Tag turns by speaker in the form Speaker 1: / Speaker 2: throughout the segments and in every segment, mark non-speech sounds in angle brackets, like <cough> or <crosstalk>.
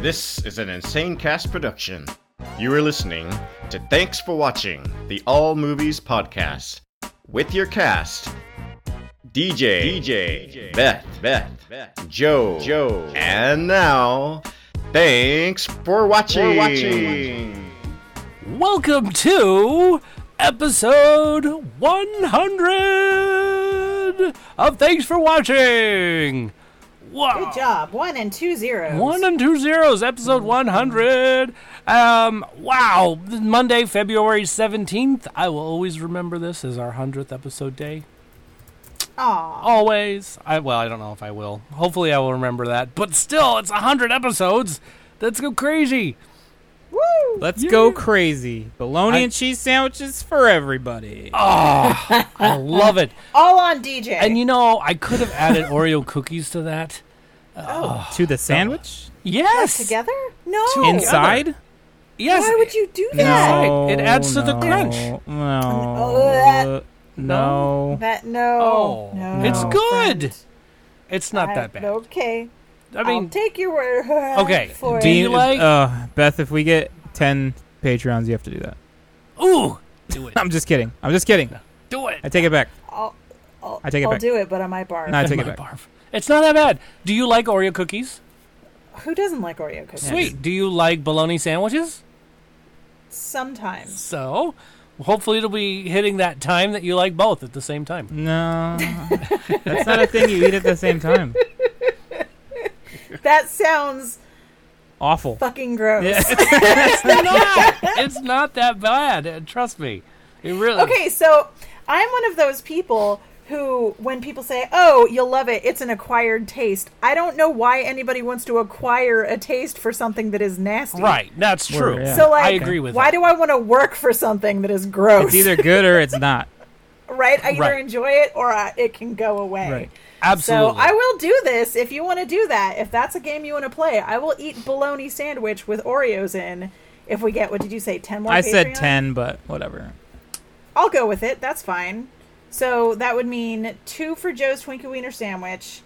Speaker 1: This is an Insane Cast production. You are listening to Thanks for Watching, the All Movies Podcast, with your cast DJ, DJ, Beth, Beth, Beth, Joe, Joe, and now, thanks for watching. watching.
Speaker 2: Welcome to episode 100 of Thanks for Watching. Wow.
Speaker 3: Good job. One and two zeros.
Speaker 2: One and two zeros, episode 100. Um, wow. Monday, February 17th. I will always remember this as our 100th episode day.
Speaker 3: Aw.
Speaker 2: Always. I Well, I don't know if I will. Hopefully, I will remember that. But still, it's 100 episodes. Let's go crazy.
Speaker 3: Woo!
Speaker 4: Let's go crazy. Bologna and cheese sandwiches for everybody.
Speaker 2: Oh, Ah, I love it.
Speaker 3: All on DJ.
Speaker 2: And you know, I could have added Oreo cookies to that.
Speaker 4: to the sandwich?
Speaker 2: Yes.
Speaker 3: together? No.
Speaker 4: Inside?
Speaker 2: Yes.
Speaker 3: Why would you do that?
Speaker 2: No. It adds to the
Speaker 4: no,
Speaker 2: crunch.
Speaker 4: No. No.
Speaker 3: That no.
Speaker 2: Oh,
Speaker 3: no.
Speaker 2: it's good.
Speaker 3: friend.
Speaker 2: It's not
Speaker 3: I-
Speaker 2: that bad.
Speaker 3: Okay.
Speaker 2: I
Speaker 3: I
Speaker 2: mean,
Speaker 3: will take your word <laughs>
Speaker 2: Okay,
Speaker 3: for
Speaker 2: do
Speaker 3: it.
Speaker 2: you- like-
Speaker 4: uh, Beth, if we get 10 Patreons, you have to do that. <laughs>
Speaker 2: ooh, do it,
Speaker 4: I'm just kidding. I'm just kidding.
Speaker 2: do it.
Speaker 4: I take it back.
Speaker 3: I'll, I'll,
Speaker 4: I take it
Speaker 3: I'll
Speaker 4: back.
Speaker 3: do it, but I might barf.
Speaker 4: No, I take
Speaker 2: My
Speaker 4: it back.
Speaker 2: barf. It's not that bad. Do you like Oreo cookies?
Speaker 3: Who doesn't like Oreo cookies?
Speaker 2: Sweet. Do you like bologna sandwiches?
Speaker 3: Sometimes.
Speaker 2: So, hopefully, it'll be hitting that time that you like both at the same time.
Speaker 4: No. That's not a thing you eat at the same time.
Speaker 3: That sounds
Speaker 4: Awful.
Speaker 3: fucking gross.
Speaker 2: it's <laughs> not. It's not that bad. uh, Trust me. It really.
Speaker 3: Okay, so I'm one of those people who, when people say, "Oh, you'll love it," it's an acquired taste. I don't know why anybody wants to acquire a taste for something that is nasty.
Speaker 2: Right. That's
Speaker 4: Word,
Speaker 2: true.
Speaker 4: yeah.
Speaker 3: So, like,
Speaker 2: I agree with
Speaker 3: why
Speaker 2: that.
Speaker 3: do I want to work for something that is gross?
Speaker 4: It's either good or it's not.
Speaker 3: <laughs> right? I either
Speaker 2: Right.
Speaker 3: enjoy it or I, it can go away.
Speaker 4: Right.
Speaker 2: Absolutely.
Speaker 3: So I will do this if you want to do that. If that's a game you want to play, I will eat bologna sandwich with Oreos in. If we get, what did you say? Ten more.
Speaker 4: I said
Speaker 3: Patreons?
Speaker 4: 10, but whatever.
Speaker 3: I'll go with it. That's fine. So that would mean two for Joe's Twinkie Wiener sandwich,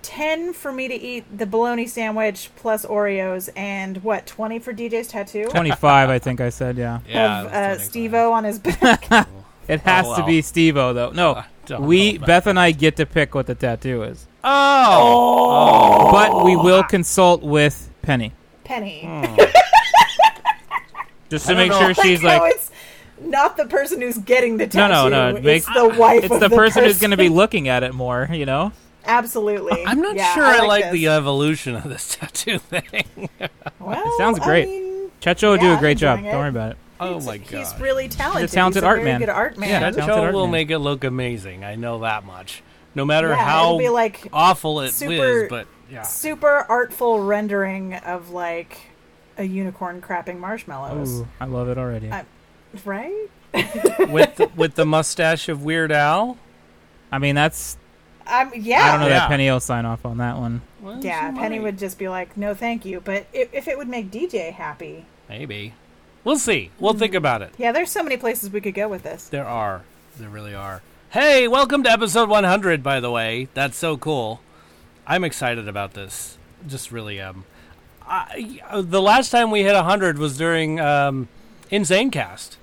Speaker 3: ten for me to eat the bologna sandwich plus Oreos, and what twenty for DJ's tattoo
Speaker 4: 25, I think I said, yeah.
Speaker 2: yeah, that's
Speaker 3: of uh,
Speaker 2: what I-
Speaker 3: Steve-O on his back.
Speaker 4: It has
Speaker 2: Oh,
Speaker 4: to
Speaker 2: well.
Speaker 4: be Steve O, though. No.
Speaker 2: I don't
Speaker 4: We,
Speaker 2: know about
Speaker 4: Beth and I get to pick what the tattoo is.
Speaker 2: Oh.
Speaker 4: but
Speaker 3: Oh.
Speaker 4: we will consult with Penny
Speaker 3: Penny. <laughs>
Speaker 4: just to
Speaker 2: don't
Speaker 4: make
Speaker 2: know.
Speaker 4: sure she's
Speaker 3: no,
Speaker 4: like,
Speaker 3: it's not the person who's getting the
Speaker 4: No,
Speaker 3: tattoo.
Speaker 4: no, no, it makes-
Speaker 3: it's the wife.
Speaker 4: it's
Speaker 3: of
Speaker 4: the person who's going
Speaker 3: person.
Speaker 4: to be looking at it more. You know,
Speaker 3: Absolutely.
Speaker 2: I'm not
Speaker 3: Yeah,
Speaker 2: sure I like,
Speaker 3: this.
Speaker 2: the evolution of this <laughs> tattoo thing.
Speaker 3: Well,
Speaker 4: sounds
Speaker 3: I
Speaker 4: great.
Speaker 3: mean,
Speaker 4: Checho would
Speaker 3: Yeah,
Speaker 4: do a
Speaker 3: I'm
Speaker 4: great job.
Speaker 3: enjoying it.
Speaker 4: Don't worry about it.
Speaker 2: oh my
Speaker 3: he's
Speaker 2: god.
Speaker 3: really talented.
Speaker 4: talented
Speaker 3: he's a
Speaker 4: art
Speaker 3: very
Speaker 4: man.
Speaker 3: Good art man.
Speaker 4: Yeah,
Speaker 2: That
Speaker 4: talented
Speaker 2: show
Speaker 4: art
Speaker 2: will
Speaker 4: man.
Speaker 2: make it look amazing. I know that much. No matter
Speaker 3: Yeah,
Speaker 2: how
Speaker 3: it'll be like
Speaker 2: awful it is,
Speaker 3: super-
Speaker 2: but
Speaker 3: <laughs>
Speaker 2: yeah.
Speaker 3: super artful rendering of like a unicorn crapping marshmallows.
Speaker 4: Ooh, I love it already.
Speaker 3: I- Right?
Speaker 2: with the, with the mustache of Weird Al.
Speaker 4: I mean, that's
Speaker 3: Um, yeah.
Speaker 4: I don't know
Speaker 2: Yeah.
Speaker 4: that Penny will sign off on that one.
Speaker 2: Well,
Speaker 3: Yeah,
Speaker 2: she
Speaker 3: Penny
Speaker 2: might.
Speaker 3: would just be like, no, thank you. But if, if it would make DJ happy.
Speaker 2: maybe. We'll see. We'll
Speaker 3: Mm-hmm.
Speaker 2: think about it.
Speaker 3: Yeah, there's so many places we could go with this.
Speaker 2: There are. There really are. Hey, welcome to episode 100, by the way. That's so cool. I'm excited about this. Just really am. I, uh, the last time we hit 100 was during um, Insane Cast.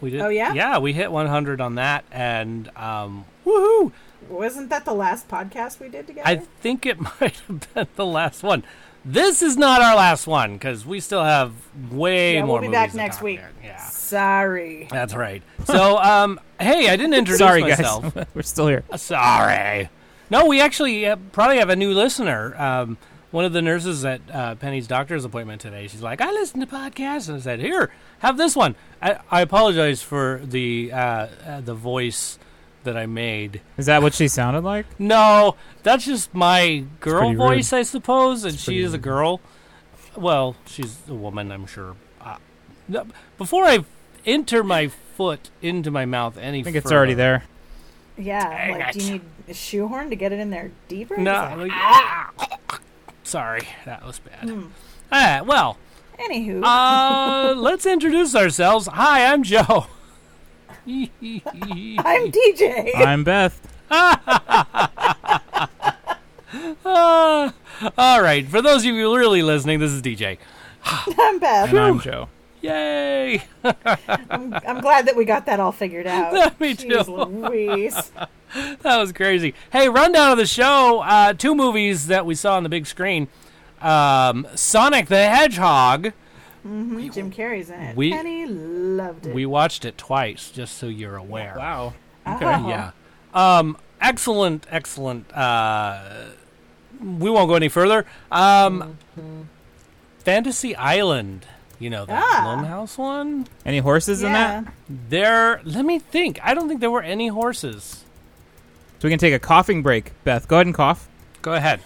Speaker 2: We did,
Speaker 3: Oh, yeah?
Speaker 2: Yeah, we hit 100 on that, and um, woohoo!
Speaker 3: Wasn't that the last podcast we did together?
Speaker 2: I think it <laughs> might have been the last one. This is not our last one because we still have way
Speaker 3: Yeah, we'll
Speaker 2: more.
Speaker 3: be
Speaker 2: movies
Speaker 3: back
Speaker 2: to
Speaker 3: next
Speaker 2: talk
Speaker 3: week.
Speaker 2: about. Yeah,
Speaker 3: Sorry.
Speaker 2: that's right.
Speaker 4: <laughs>
Speaker 2: So, um, hey, I didn't introduce
Speaker 4: Sorry,
Speaker 2: myself.
Speaker 4: guys, <laughs> we're still here.
Speaker 2: Sorry. No, we actually uh, probably have a new listener. Um, one of the nurses at uh, Penny's doctor's appointment today, she's like, I listen to podcasts. And I said, Here, have this one. I, I apologize for the, uh, uh, the voice that I made.
Speaker 4: Is that what she sounded like?
Speaker 2: No, that's just my girl
Speaker 4: pretty rude.
Speaker 2: voice, I suppose. And she
Speaker 4: pretty
Speaker 2: is a
Speaker 4: rude.
Speaker 2: girl. Well, she's a woman, I'm sure. Uh, no, before I enter my foot into my mouth any
Speaker 4: I think it's already there.
Speaker 3: Yeah.
Speaker 2: Dang
Speaker 3: like, do
Speaker 2: it.
Speaker 3: you need a shoehorn to get it in there deeper?
Speaker 2: No.
Speaker 3: Is that-
Speaker 2: like- Sorry, that was bad.
Speaker 3: Hmm.
Speaker 2: All right, well,
Speaker 3: Anywho,
Speaker 2: uh, <laughs> let's introduce ourselves. Hi, I'm Joe. <laughs>
Speaker 3: I'm DJ.
Speaker 4: I'm Beth.
Speaker 2: Ah, All right. For those of you really listening, this is DJ.
Speaker 3: <laughs> I'm Beth.
Speaker 4: And I'm Joe.
Speaker 2: Yay!
Speaker 3: I'm, I'm glad that we got that all figured out.
Speaker 2: <laughs> Me
Speaker 3: Jeez
Speaker 2: too.
Speaker 3: Louise.
Speaker 2: That was crazy. Hey, rundown of the show. Uh, two movies that we saw on the big screen. Um, Sonic the Hedgehog.
Speaker 3: Jim Carrey's in it.
Speaker 2: we-
Speaker 3: Penny loved it.
Speaker 2: We watched it twice, just so you're aware.
Speaker 4: Wow.
Speaker 3: Oh.
Speaker 2: Yeah. Um, excellent, excellent. Uh, we won't go any further. Um, Fantasy Island. You know that
Speaker 3: Ah.
Speaker 2: Blumhouse one.
Speaker 4: Any horses in
Speaker 3: Yeah.
Speaker 4: that?
Speaker 2: There. Let me think. I don't think there were any horses.
Speaker 4: So we can take a coughing break. Beth, go ahead and cough. <clears throat>
Speaker 2: Go ahead.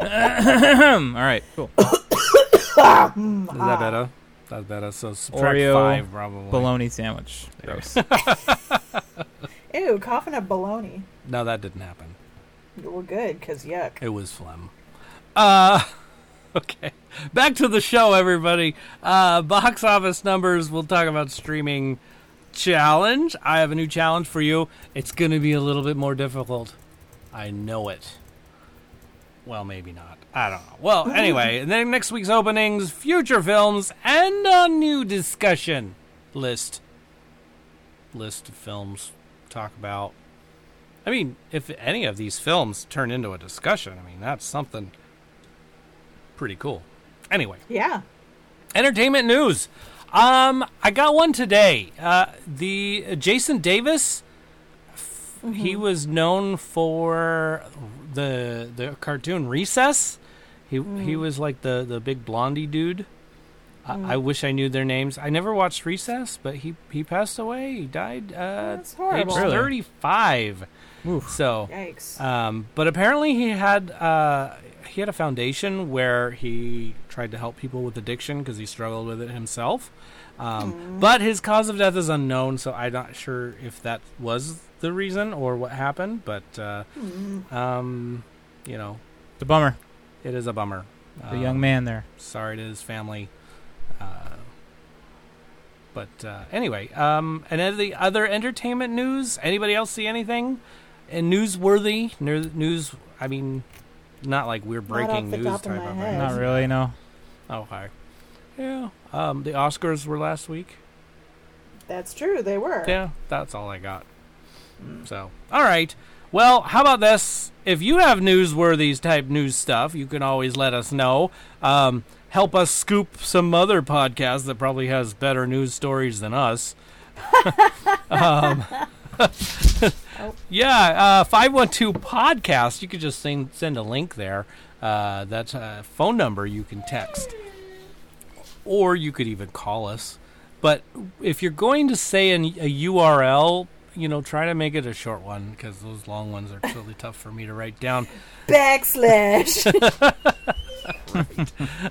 Speaker 4: Hmm, all right, cool.
Speaker 2: Is that better? That's better. So subtract
Speaker 4: Oreo
Speaker 2: five probably.
Speaker 4: Bologna sandwich. Gross. <laughs>
Speaker 3: Ew, coughing up baloney.
Speaker 2: No, that didn't happen.
Speaker 3: Well, good, because yuck.
Speaker 2: It was phlegm. Uh, <laughs> okay. Back to the show, everybody. Uh, box office numbers. We'll talk about streaming challenge. I have a new challenge for you. It's going to be a little bit more difficult. I know it. Well, maybe not. I don't know. Well, anyway, and then next week's openings, future films, and a new discussion list. List of films to talk about. I mean, if any of these films turn into a discussion, I mean, that's something pretty cool. Anyway,
Speaker 3: Yeah.
Speaker 2: entertainment news. Um, I got one today. Uh, the uh, Jason Davis. f- He was known for the the cartoon Recess. He he was like the the big blondie dude. I, I wish I knew their names. I never watched Recess, but he he passed away. He died uh,
Speaker 3: That's
Speaker 2: age
Speaker 3: horrible.
Speaker 4: Really?
Speaker 2: thirty five.
Speaker 4: Oof.
Speaker 2: So
Speaker 3: Yikes.
Speaker 2: um, but apparently he had uh, he had a foundation where he tried to help people with addiction because he struggled with it himself. Um,
Speaker 3: Mm. Mm-hmm.
Speaker 2: But his cause of death is unknown, so I'm not sure if that was the reason or what happened. But uh, um, you know,
Speaker 4: The bummer.
Speaker 2: it is a bummer. Um,
Speaker 4: The
Speaker 2: Uh,
Speaker 4: young man there.
Speaker 2: Sorry to his family. Uh, but uh, anyway, um, and then the other entertainment news. Anybody else see anything? And newsworthy ner- news. I mean, not like we're breaking
Speaker 3: off the
Speaker 2: news
Speaker 3: top of
Speaker 2: type
Speaker 3: my
Speaker 2: of
Speaker 3: head.
Speaker 2: it.
Speaker 4: Not really. No.
Speaker 2: Oh hi. Yeah. Um, the Oscars were last week.
Speaker 3: That's true. They were.
Speaker 2: Yeah, that's all I got. So, all right. Well, how about this? If you have newsworthies type news stuff, you can always let us know. Um, help us scoop some other podcast that probably has better news stories than us. um, <laughs> yeah, five one two podcast. You could just send send a link there. Uh, that's a phone number you can text or you could even call us. But if you're going to say an, a URL, you know, try to make it a short one because those long ones are really tough for me to write down. <laughs>
Speaker 3: Backslash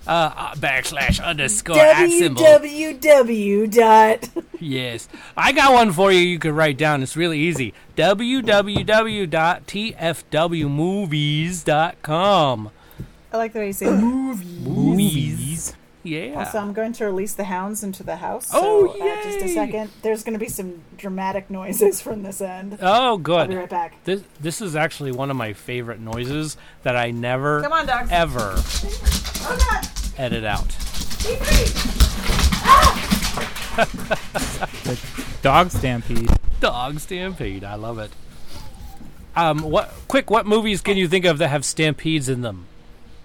Speaker 2: Uh, backslash underscore at symbol.
Speaker 3: www dot.
Speaker 2: Yes, I got one for you. You could write down. It's really easy. www.tfwmovies.com.
Speaker 3: I like the way you say that.
Speaker 4: Movies.
Speaker 2: Yeah.
Speaker 3: Also, I'm going to release the hounds into the house.
Speaker 2: Oh,
Speaker 3: so, uh, just a
Speaker 2: yay!
Speaker 3: second. There's going to be some dramatic noises from this end.
Speaker 2: Oh, good.
Speaker 3: I'll be right back.
Speaker 2: This this is actually one of my favorite noises that I never
Speaker 3: Come on, dogs.
Speaker 2: ever
Speaker 3: Oh, God.
Speaker 2: edit out.
Speaker 3: Be free.
Speaker 4: Dog stampede.
Speaker 2: Dog Stampede. I love it. Um, what? Quick, what movies can you think of that have stampedes in them?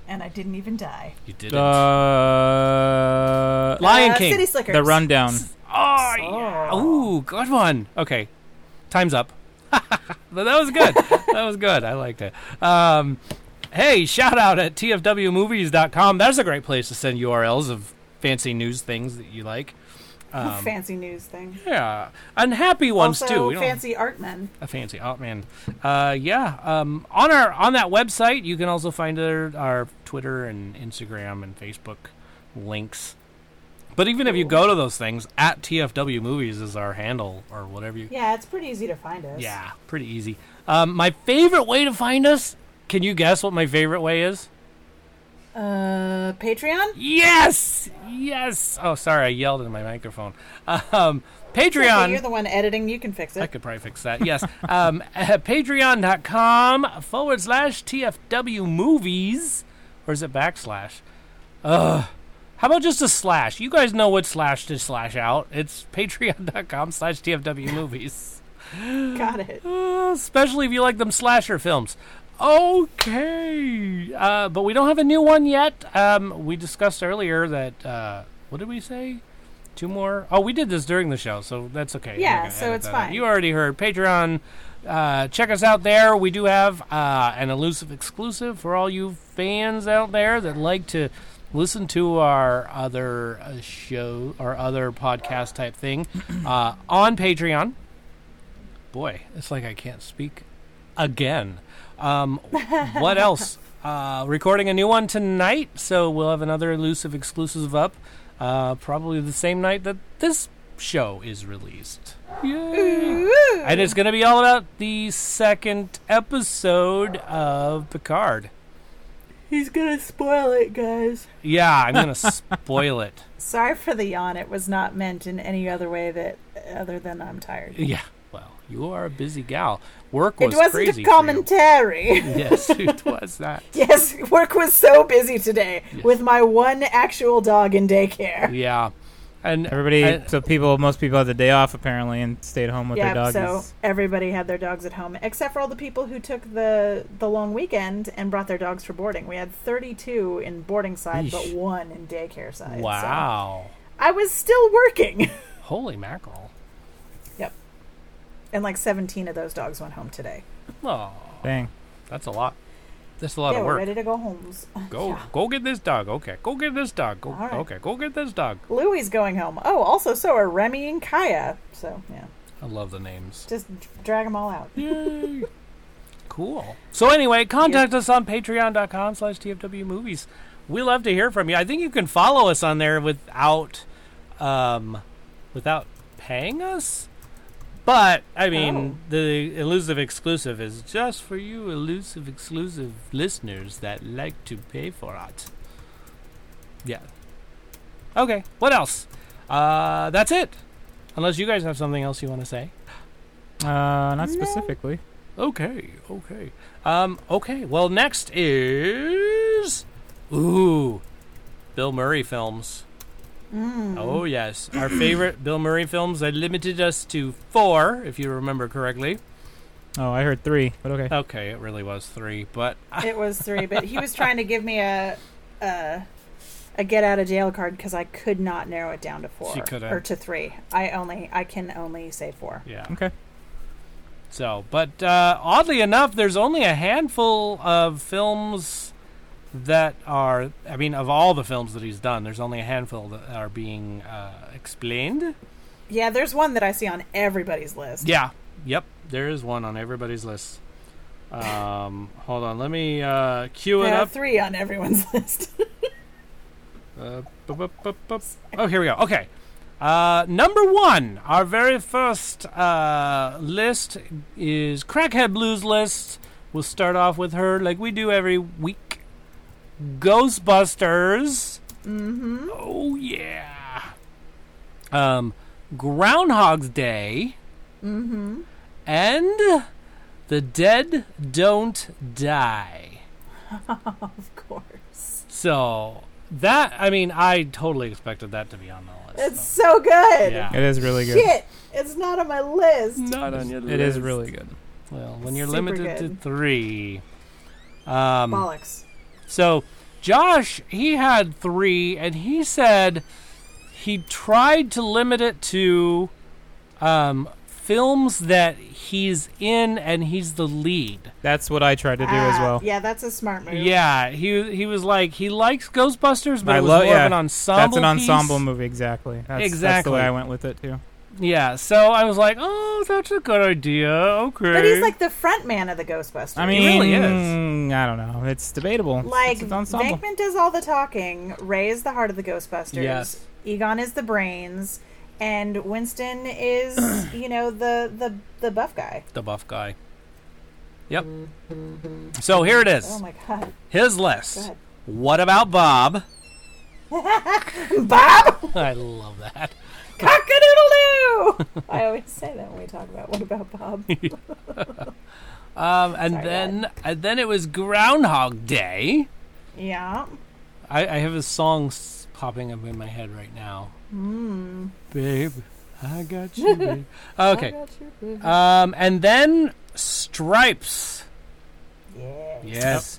Speaker 3: And I didn't even die.
Speaker 2: You didn't.
Speaker 4: Uh,
Speaker 2: Lion
Speaker 3: Uh,
Speaker 2: King.
Speaker 3: City Slickers.
Speaker 4: the rundown.
Speaker 2: oh, yeah. Ooh, good one. Okay, time's up. <laughs> but that was good. that was good. I liked it. Um, hey, shout out at tfwmovies.com. That's a great place to send URLs of fancy news things that you like.
Speaker 3: fancy news thing.
Speaker 2: Yeah, unhappy ones
Speaker 3: also,
Speaker 2: too. We don't-
Speaker 3: fancy art men.
Speaker 2: a fancy oh man uh yeah um on our on that website you can also find our, our twitter and instagram and facebook links but even if you go to those things at tfw movies is our handle or whatever you
Speaker 3: Yeah, it's pretty easy to find us.
Speaker 2: yeah pretty easy um my favorite way to find us can you guess what my favorite way is
Speaker 3: Uh, Patreon?
Speaker 2: Yes, yes. Oh, sorry, I yelled in my microphone. <laughs> Um,
Speaker 3: Okay,
Speaker 2: Patreon.
Speaker 3: You're the one editing. You can fix
Speaker 2: I
Speaker 3: it.
Speaker 2: could probably fix that. Yes. um, <laughs> at patreon.com forward slash TFW movies. Or is it backslash? Ugh. How about just a slash? You guys know what slash to slash out. It's <laughs> patreon.com slash TFW movies.
Speaker 3: Got it.
Speaker 2: <laughs> Uh, especially if you like them slasher films. Okay. Uh, but we don't have a new one yet. Um, we discussed earlier that, uh, what did we say? Two more? Oh, we did this during the show, so that's okay.
Speaker 3: Yeah,
Speaker 2: We're gonna
Speaker 3: so
Speaker 2: edit
Speaker 3: it's
Speaker 2: that out.
Speaker 3: fine.
Speaker 2: You already heard Patreon. Uh, check us out there. We do have uh, an elusive exclusive for all you fans out there that like to listen to our other uh, show, our other podcast type thing uh, on Patreon boy, it's like I can't speak again. Um, <laughs> what else? Uh, recording a new one tonight, so we'll have another elusive exclusive up, uh, probably the same night that this show is released. Yay! And it's going to be all about the second episode of Picard.
Speaker 3: He's gonna spoil it, guys.
Speaker 2: Yeah, I'm
Speaker 3: <laughs>
Speaker 2: going to spoil it.
Speaker 3: Sorry for the yawn. It was not meant in any other way that other than I'm tired.
Speaker 2: Yeah, well, you are a busy gal. Work
Speaker 3: It
Speaker 2: was
Speaker 3: wasn't
Speaker 2: crazy.
Speaker 3: a
Speaker 2: for you.
Speaker 3: commentary. <laughs>
Speaker 2: Yes, <laughs> it was that.
Speaker 3: yes, work was so busy today with my one actual dog in daycare.
Speaker 2: Yeah. And
Speaker 4: Everybody,
Speaker 2: I-
Speaker 4: so people, most people had the day off apparently and stayed home with their
Speaker 3: Yeah,
Speaker 4: doggies.
Speaker 3: so everybody had their dogs at home except for all the people who took the the long weekend and brought their dogs for boarding. We had 32 in boarding side, but
Speaker 4: Yeesh.
Speaker 3: one in daycare side. so
Speaker 2: Wow.
Speaker 3: I was still working. <laughs>
Speaker 2: Holy mackerel.
Speaker 3: yep. And like 17 of those dogs went home today.
Speaker 2: Oh,
Speaker 4: Dang.
Speaker 2: that's a lot. That's a lot
Speaker 3: they
Speaker 2: of
Speaker 3: were
Speaker 2: work.
Speaker 3: ready to go homes. <laughs>
Speaker 2: Go go get this dog. Okay. Go get this dog. Go,
Speaker 3: All right.
Speaker 2: Okay. Go get this dog.
Speaker 3: Louie's going home. Oh, also so are Remy and Kaya. So yeah,
Speaker 2: I love the names.
Speaker 3: just drag them all out.
Speaker 2: Yay. cool. So anyway, contact us on patreon.com slash TFW movies. We love to hear from you. I think you can follow us on there without um without paying us. But I mean, the elusive exclusive is just for you elusive exclusive listeners that like to pay for it. Yeah. Okay, what else? Uh that's it. Unless you guys have something else you want to say.
Speaker 4: Uh, not specifically.
Speaker 2: Okay, okay. Um, okay, well, next is. Ooh, Bill Murray films. Oh, yes. Our favorite Bill Murray films that limited us to four, if you remember correctly.
Speaker 4: Oh, I heard three, but okay.
Speaker 2: Okay, it really was three, but.
Speaker 3: It was three, but he was trying to give me a a, a get out of jail card because I could not narrow it down to four
Speaker 2: She couldn't.
Speaker 3: or to three. I only I can only say four.
Speaker 2: Yeah.
Speaker 4: Okay.
Speaker 2: So, but uh, oddly enough, there's only a handful of films that are. I mean, of all the films that he's done, there's only a handful that are being uh, explained.
Speaker 3: Yeah, there's one that I see on everybody's list.
Speaker 2: Yeah. Yep. There is one on everybody's list. Um, hold on. Let me uh, cue it
Speaker 3: There are
Speaker 2: up.
Speaker 3: three on everyone's <laughs> list.
Speaker 2: Uh, bup, bup, bup, bup. Oh, here we go. Okay. Uh, number one, our very first uh, list is Crackhead Blues list. We'll start off with her like we do every week. Ghostbusters. Mm-hmm. Oh yeah. Um, Groundhog's Day. Mm-hmm. And the dead don't die.
Speaker 3: of course,
Speaker 2: So that I mean, I totally expected that to be on the list.
Speaker 3: it's so good.
Speaker 2: yeah,
Speaker 4: It is really good.
Speaker 3: Shit, it's not on my list.
Speaker 2: not on your
Speaker 4: It is really good.
Speaker 2: well when you're
Speaker 3: Super
Speaker 2: limited to
Speaker 3: good.
Speaker 2: three. Um,
Speaker 3: Bollocks.
Speaker 2: so Josh he had three, and he said he tried to limit it to um, films that he's in and he's the lead.
Speaker 4: That's what I tried to do as
Speaker 3: Ah,
Speaker 4: well.
Speaker 3: Yeah, that's a smart move.
Speaker 2: Yeah, he he was like he likes Ghostbusters, but
Speaker 4: I
Speaker 2: it was
Speaker 4: love
Speaker 2: more
Speaker 4: yeah.
Speaker 2: of an ensemble.
Speaker 4: That's an
Speaker 2: piece.
Speaker 4: ensemble movie, exactly. That's, That's the
Speaker 2: Exactly.
Speaker 4: way I went with it too.
Speaker 2: Yeah, so I was like, oh, that's a good idea. Okay.
Speaker 3: But he's like the front man of the Ghostbusters.
Speaker 4: I mean,
Speaker 2: It really is.
Speaker 4: mm, I don't know. It's debatable. It's-
Speaker 3: like
Speaker 4: it's an ensemble.
Speaker 3: Venkman does all the talking, Ray is the heart of the Ghostbusters,
Speaker 2: Yes.
Speaker 3: Egon is the brains, and Winston is
Speaker 2: <clears throat>
Speaker 3: you know the the the buff guy.
Speaker 2: the buff guy. Yep. So here it is.
Speaker 3: Oh my god!
Speaker 2: His
Speaker 3: Go
Speaker 2: list. <laughs>
Speaker 3: ahead.
Speaker 2: What about Bob?
Speaker 3: Bob
Speaker 2: I love that.
Speaker 3: Cockadoodle Doo! <laughs> I always say that when we talk about what about
Speaker 2: <laughs>
Speaker 3: Bob.
Speaker 2: Um, and
Speaker 3: Sorry,
Speaker 2: then and then it was Groundhog Day.
Speaker 3: yeah.
Speaker 2: I, I have a song s- popping up in my head right now.
Speaker 3: Hmm.
Speaker 2: Babe, I got
Speaker 3: <laughs>
Speaker 2: you. Babe. Okay. Um, and then Stripes.
Speaker 3: Yeah.
Speaker 2: Yes.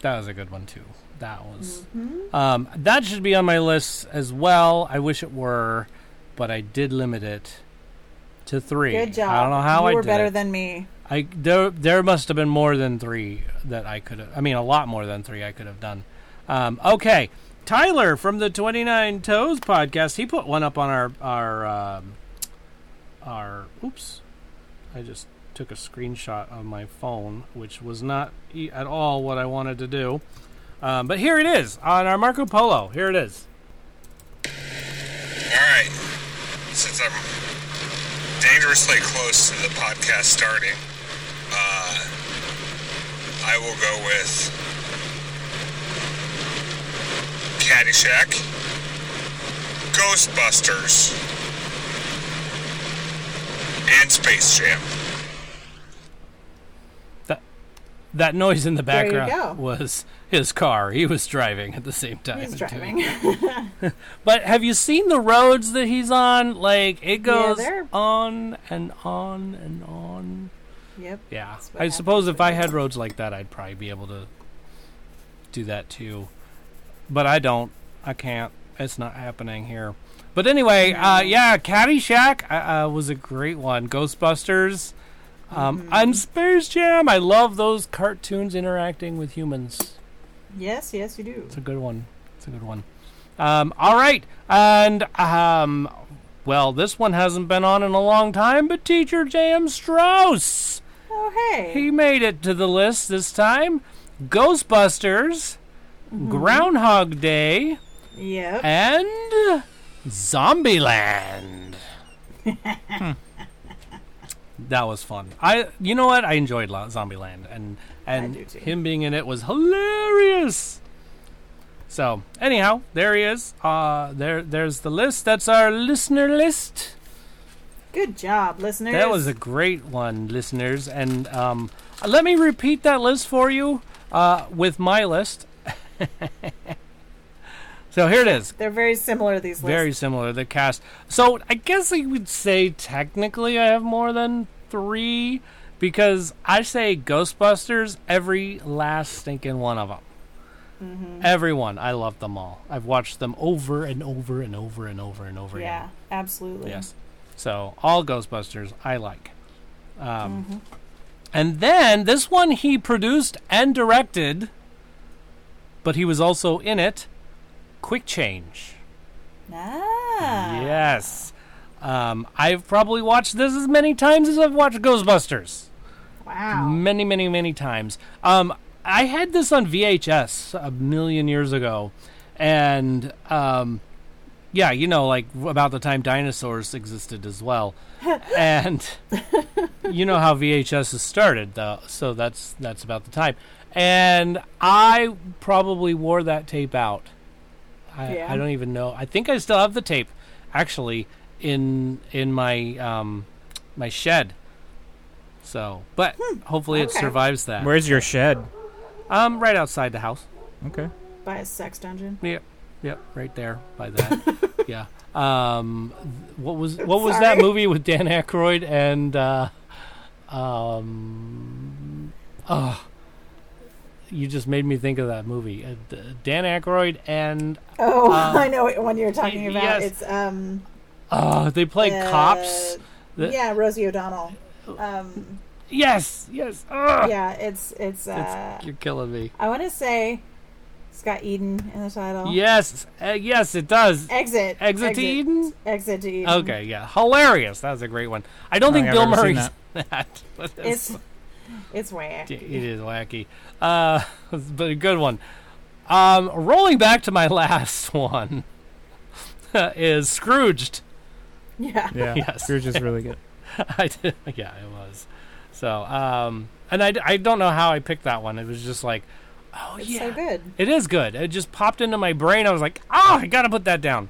Speaker 2: That was a good one, too. That
Speaker 3: Hmm.
Speaker 2: was.
Speaker 3: Mm-hmm.
Speaker 2: Um, that should be on my list as well. I wish it were, but I did limit it to three.
Speaker 3: Good job.
Speaker 2: I don't know how
Speaker 3: you
Speaker 2: I
Speaker 3: were
Speaker 2: did
Speaker 3: better
Speaker 2: it.
Speaker 3: than me.
Speaker 2: I there there must have been more than three that I could have. I mean, a lot more than three I could have done. Um, okay, Tyler from the Twenty Nine Toes podcast, he put one up on our our um, our. Oops, I just took a screenshot of my phone, which was not e- at all what I wanted to do. Um, but here it is on our Marco Polo. Here it is.
Speaker 5: Alright. Since I'm dangerously close to the podcast starting, uh, I will go with Caddyshack, Ghostbusters, and Space Jam.
Speaker 2: That that noise in the
Speaker 3: There you
Speaker 2: background
Speaker 3: go.
Speaker 2: was his car. He was driving at the same time. <laughs>
Speaker 3: He's
Speaker 2: too.
Speaker 3: driving.
Speaker 2: But have you seen the roads that he's on? Like it goes
Speaker 3: they're-
Speaker 2: on and on and on.
Speaker 3: <laughs> yep.
Speaker 2: Yeah.
Speaker 3: what
Speaker 2: I suppose
Speaker 3: happens
Speaker 2: if I
Speaker 3: when
Speaker 2: had
Speaker 3: you-
Speaker 2: roads like that, I'd probably be able to do that too. But I don't. I can't. It's not happening here. But anyway, uh, yeah, Caddyshack uh, uh, was a great one. Ghostbusters, um,
Speaker 3: Mm-hmm.
Speaker 2: and Space Jam. I love those cartoons interacting with humans.
Speaker 3: Yes, yes, you do.
Speaker 2: It's a good one. It's a good one. Um, all right, and um, well, this one hasn't been on in a long time, but Teacher J.M. Strauss,
Speaker 3: Oh, hey.
Speaker 2: he made it to the list this time. Ghostbusters, Groundhog Day,
Speaker 3: Yep.
Speaker 2: and Zombieland. Hmm. That was fun. I, you know what? I enjoyed Lo- Zombieland, and and
Speaker 3: do too.
Speaker 2: him being in it was hilarious. So anyhow, there he is. Uh there, there's the list. That's our listener list.
Speaker 3: Good job, listeners.
Speaker 2: That was a great one, listeners. And um, let me repeat that list for you uh, with my list. <laughs> so here it is.
Speaker 3: They're very similar, these lists.
Speaker 2: Very similar. The cast. So I guess I would say technically I have more than three because I say Ghostbusters every last stinking one of them. Everyone, I love them all. I've watched them over and over and over and over and over
Speaker 3: Yeah,
Speaker 2: again.
Speaker 3: absolutely.
Speaker 2: Yes. So all Ghostbusters I like. Um, And then this one he produced and directed, but he was also in it. Quick Change.
Speaker 3: Ah.
Speaker 2: Yes. Um, I've probably watched this as many times as I've watched Ghostbusters.
Speaker 3: Wow.
Speaker 2: Many, many, many times. Um, I had this on VHS a million years ago. And um, yeah, you know, like about the time dinosaurs existed as
Speaker 3: <laughs>
Speaker 2: well. and you know how VHS has started, though. So that's that's about the time. And I probably wore that tape out. I,
Speaker 3: Yeah.
Speaker 2: I don't even know. I think I still have the tape, actually, in in my um, my shed. So, but hopefully it
Speaker 3: Hmm, okay.
Speaker 2: survives that.
Speaker 4: Where's your shed?
Speaker 2: um, right outside the house. <laughs>
Speaker 4: Okay.
Speaker 3: By a sex dungeon.
Speaker 2: Yep, yep, right there by
Speaker 3: <laughs>
Speaker 2: that. yeah. Um, th- what was what was that
Speaker 3: Sorry.
Speaker 2: movie with Dan Aykroyd and uh, um, oh, you just made me think of that movie. Uh, d- Dan Aykroyd and
Speaker 3: Oh, <laughs> I know what one you're talking
Speaker 2: Um, y-
Speaker 3: about.
Speaker 2: yes.
Speaker 3: It's um
Speaker 2: uh, they played
Speaker 3: uh,
Speaker 2: cops. The- Oh.
Speaker 3: yeah, Rosie O'Donnell. Um,
Speaker 2: Yes, yes. Ugh.
Speaker 3: yeah, it's it's. Uh,
Speaker 2: It's, you're killing me.
Speaker 3: I want to say it's got Eden in the title.
Speaker 2: Yes, uh, yes, it does.
Speaker 3: E, Exit.
Speaker 2: Exit to Eden?
Speaker 3: Exit to Eden.
Speaker 2: Okay, yeah, hilarious. That was a great one. I don't
Speaker 4: I
Speaker 2: think
Speaker 4: don't
Speaker 2: Bill
Speaker 4: think I've ever seen
Speaker 2: Murray's <laughs> that. but it's-
Speaker 3: It's it's
Speaker 2: <laughs>
Speaker 3: whack.
Speaker 2: it is wacky, uh, <laughs> but a good one. Um, rolling back to my <laughs> last one <laughs> is Scrooged. <laughs>
Speaker 3: Yeah.
Speaker 4: Yeah.
Speaker 2: Yes.
Speaker 4: You're just really good.
Speaker 2: I did, yeah, it was. So, um, and I, d- I don't know how I picked that one. It was just like Oh
Speaker 3: It's
Speaker 2: yeah,
Speaker 3: so good.
Speaker 2: it is good. It just popped into my brain. I was like, ah, I gotta put that down.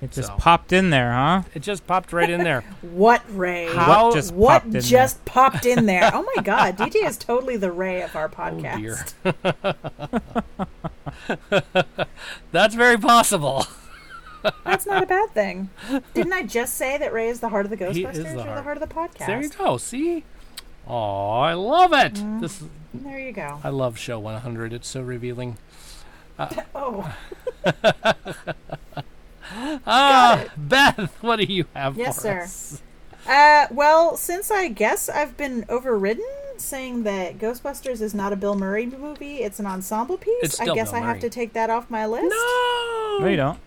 Speaker 4: It just
Speaker 2: So.
Speaker 4: popped in there, huh?
Speaker 2: It just popped right in
Speaker 3: <laughs>
Speaker 2: there.
Speaker 3: What Ray?
Speaker 2: How-
Speaker 4: what just
Speaker 3: what
Speaker 4: popped in there?
Speaker 3: just popped in there? Oh my god, DJ is totally the Ray
Speaker 2: <laughs>
Speaker 3: of our podcast.
Speaker 2: Oh, dear. That's very possible.
Speaker 3: That's not a bad thing. Didn't I just say that Ray is the heart of the
Speaker 2: He is
Speaker 3: Ghostbusters
Speaker 2: the
Speaker 3: or the
Speaker 2: heart.
Speaker 3: heart of the podcast?
Speaker 2: There you go. See. Oh, I love it. This
Speaker 3: There you go.
Speaker 2: I love show 100. It's so revealing.
Speaker 3: Oh,
Speaker 2: Ah, Beth, what do you have
Speaker 3: yes,
Speaker 2: for
Speaker 3: sir.
Speaker 2: us?
Speaker 3: Uh, well, since I guess I've been overridden saying that Ghostbusters is not a Bill Murray movie, it's an ensemble piece,
Speaker 2: It's
Speaker 3: I
Speaker 2: still
Speaker 3: guess
Speaker 2: Bill
Speaker 3: I
Speaker 2: Murray.
Speaker 3: have to take that off my list.
Speaker 2: No.
Speaker 4: No, you don't.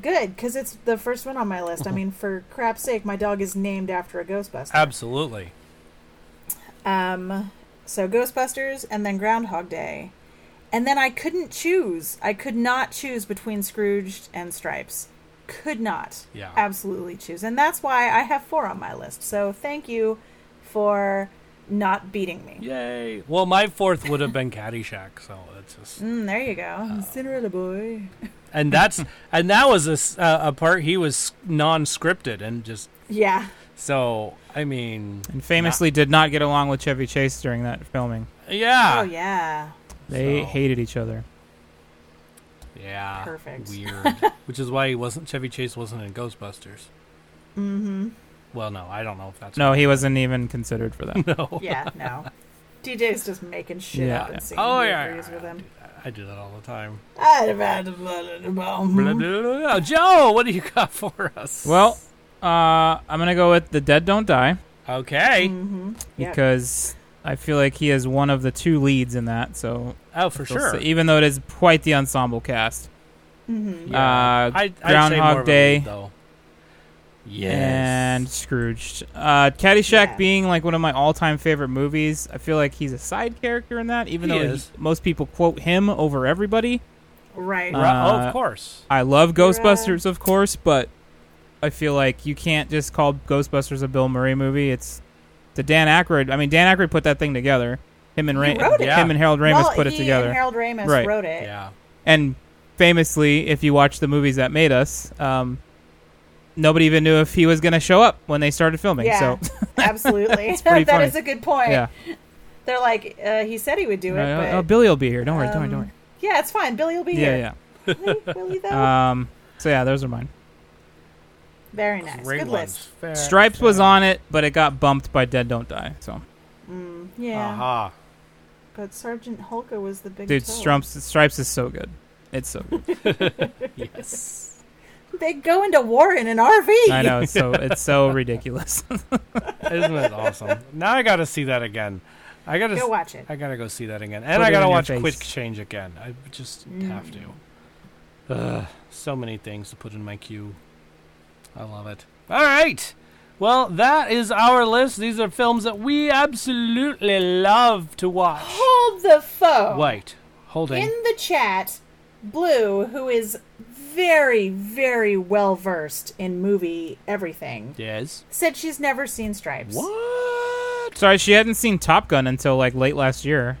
Speaker 3: Good, because it's the first one on my list.
Speaker 2: <laughs>
Speaker 3: I mean, for crap's sake, my dog is named after a Ghostbuster.
Speaker 2: Absolutely.
Speaker 3: Um, so Ghostbusters and then Groundhog Day. And then I couldn't choose. I could not choose between Scrooged and Stripes. Could not.
Speaker 2: Yeah.
Speaker 3: Absolutely choose. And that's why I have four on my list. So thank you for not beating me.
Speaker 2: Yay. Well, my fourth would have been Caddyshack, so it's just
Speaker 3: Mm, there you go.
Speaker 2: Uh,
Speaker 3: Cinderella boy.
Speaker 2: and
Speaker 3: <laughs>
Speaker 2: that's and that was a, s- uh, a part he was non-scripted and just
Speaker 3: Yeah.
Speaker 2: so I mean
Speaker 4: And famously did not get along with Chevy Chase during that filming.
Speaker 2: yeah
Speaker 3: Oh, yeah.
Speaker 4: They
Speaker 2: So-
Speaker 4: hated each other.
Speaker 2: yeah
Speaker 3: Perfect. <laughs>
Speaker 2: weird which is why he wasn't Chevy Chase wasn't in Ghostbusters. Mm-hmm. Well, no, I don't know if that's
Speaker 4: No, he wasn't even considered for
Speaker 2: <laughs>
Speaker 4: that.
Speaker 2: no.
Speaker 3: Yeah, no. DJ's just making shit
Speaker 4: Yeah.
Speaker 3: up and seeing
Speaker 2: Oh
Speaker 3: who
Speaker 2: yeah,
Speaker 3: agrees
Speaker 2: yeah,
Speaker 3: with
Speaker 2: yeah,
Speaker 3: him.
Speaker 2: I do that all the time. Blah,
Speaker 3: Blah,
Speaker 2: blah, blah, blah. Joe, what do you got <laughs> for us?
Speaker 4: Well, uh, I'm gonna go with the dead don't die
Speaker 2: okay.
Speaker 3: Mm-hmm. Yep.
Speaker 4: because I feel like he is one of the two leads in that. So
Speaker 2: Oh, for
Speaker 4: so-
Speaker 2: sure.
Speaker 4: so even though it is quite the ensemble cast.
Speaker 3: Mm-hmm.
Speaker 2: Yeah.
Speaker 4: Uh,
Speaker 2: I'd- I'd say
Speaker 4: Groundhog
Speaker 2: more of a
Speaker 4: Day.
Speaker 2: lead, though. Yes.
Speaker 4: and Scrooged. Uh, Caddyshack
Speaker 3: Yeah.
Speaker 4: being like one of my all-time favorite movies. I feel like he's a side character in that, even
Speaker 2: He
Speaker 4: though
Speaker 2: is.
Speaker 4: most people quote him over everybody.
Speaker 3: Right.
Speaker 4: Uh,
Speaker 2: Ra- oh, of course.
Speaker 4: I love Ghostbusters, of course, but I feel like you can't just call Ghostbusters a Bill Murray movie. It's the Dan Aykroyd. I mean, Dan Aykroyd put that thing together. Him and Ra-
Speaker 3: wrote
Speaker 2: it.
Speaker 4: him and Harold Ramis
Speaker 3: well,
Speaker 4: put it
Speaker 3: he
Speaker 4: together.
Speaker 3: And Harold Ramis
Speaker 4: Right.
Speaker 3: wrote it.
Speaker 2: Yeah.
Speaker 4: and famously, if you watch the movies that made us, um, nobody even knew if he was going to show up when they started filming. So
Speaker 3: Yeah, <laughs> absolutely. <laughs> That
Speaker 4: pretty
Speaker 3: is
Speaker 4: funny.
Speaker 3: a good
Speaker 4: <laughs>
Speaker 3: point.
Speaker 4: yeah,
Speaker 3: They're like, uh, he said he would do it,
Speaker 4: Uh,
Speaker 3: but
Speaker 4: oh, Billy will be here. Don't worry, don't worry, don't
Speaker 3: um,
Speaker 4: worry.
Speaker 3: yeah, it's fine. Billy will be
Speaker 4: Yeah,
Speaker 3: here.
Speaker 4: yeah.
Speaker 3: Really, Billy, though?
Speaker 4: Um, so yeah, those are mine.
Speaker 3: Very nice.
Speaker 2: Great
Speaker 3: good
Speaker 2: ones.
Speaker 3: list.
Speaker 2: Fair-
Speaker 4: Stripes was
Speaker 2: fair.
Speaker 4: on it, but it got bumped by Dead Don't Die. So
Speaker 3: Yeah,
Speaker 2: Aha.
Speaker 3: but Sergeant Holker was the big
Speaker 4: dude,
Speaker 3: toe.
Speaker 4: Stripes Stripes is so good. It's so good.
Speaker 2: Yes.
Speaker 3: They go into war in an RV.
Speaker 4: I know it's
Speaker 3: <laughs>
Speaker 4: so it's so ridiculous. <laughs>
Speaker 2: Isn't it awesome? Now I got to see that again. I got to
Speaker 3: Go watch it.
Speaker 2: I got to go see that again. And
Speaker 4: Put
Speaker 2: I
Speaker 4: it
Speaker 2: got
Speaker 4: in
Speaker 2: to
Speaker 4: your
Speaker 2: watch
Speaker 4: face. Mm.
Speaker 2: Quick Change again. I just have to. Ugh, so many things to put in my queue. I love it. All right. Well, that is our list. These are films that we absolutely love
Speaker 4: <gasps>
Speaker 2: to watch.
Speaker 3: Hold the phone.
Speaker 2: Wait. Holding.
Speaker 3: In the chat, Blue, who is very, very well versed in movie everything,
Speaker 2: Yes.
Speaker 3: said she's never seen Stripes.
Speaker 2: <laughs> What?
Speaker 4: Sorry, she hadn't seen Top Gun until like late last year.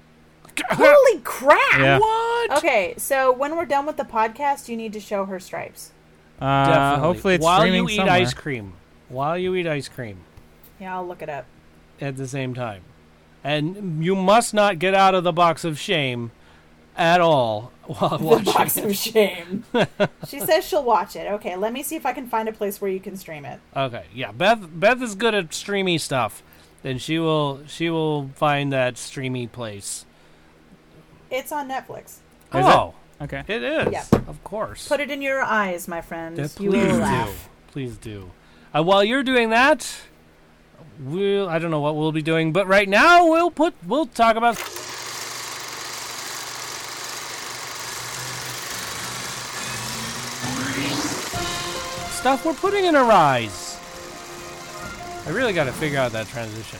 Speaker 3: Holy crap!
Speaker 4: Yeah.
Speaker 2: What?
Speaker 3: Okay, so when we're done with the podcast, you need to show her stripes.
Speaker 4: Uh,
Speaker 2: Definitely.
Speaker 4: Hopefully, it's
Speaker 2: While
Speaker 4: streaming
Speaker 2: you eat
Speaker 4: somewhere.
Speaker 2: ice cream. While you eat ice cream
Speaker 3: Yeah, I'll look
Speaker 4: <laughs>
Speaker 3: it up.
Speaker 2: at the same time. And you must not get out of the box of shame at all <laughs> while watching.
Speaker 3: Box of shame. she says she'll watch it. Okay, let me see if I can find a place where you can stream it.
Speaker 2: Okay, yeah. Beth Beth is good at streamy stuff. And she will she will find that streamy place.
Speaker 3: It's on Netflix.
Speaker 4: Is
Speaker 2: oh,
Speaker 4: Okay.
Speaker 2: it is.
Speaker 3: Yeah.
Speaker 2: Of course.
Speaker 3: Put it in your eyes, my friend.
Speaker 2: Yeah,
Speaker 3: you
Speaker 2: please
Speaker 3: will
Speaker 2: do.
Speaker 3: laugh.
Speaker 2: Please do. Uh, while you're doing that, we'll I don't know what we'll be doing, but right now we'll put we'll talk about stuff we're putting in our eyes. I really got to figure out that
Speaker 3: <laughs>
Speaker 2: transition.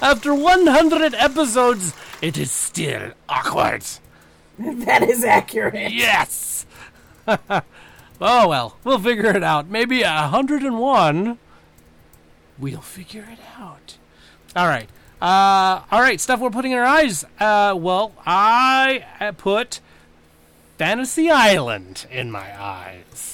Speaker 2: <laughs> After 100 episodes, it is still awkward.
Speaker 3: <laughs> That is accurate.
Speaker 2: Yes. <laughs> oh well, we'll figure it out. Maybe a hundred and one. We'll figure it out. All right. Uh, all right, stuff we're putting in our eyes. Uh, well, I uh, put Fantasy Island in my eyes.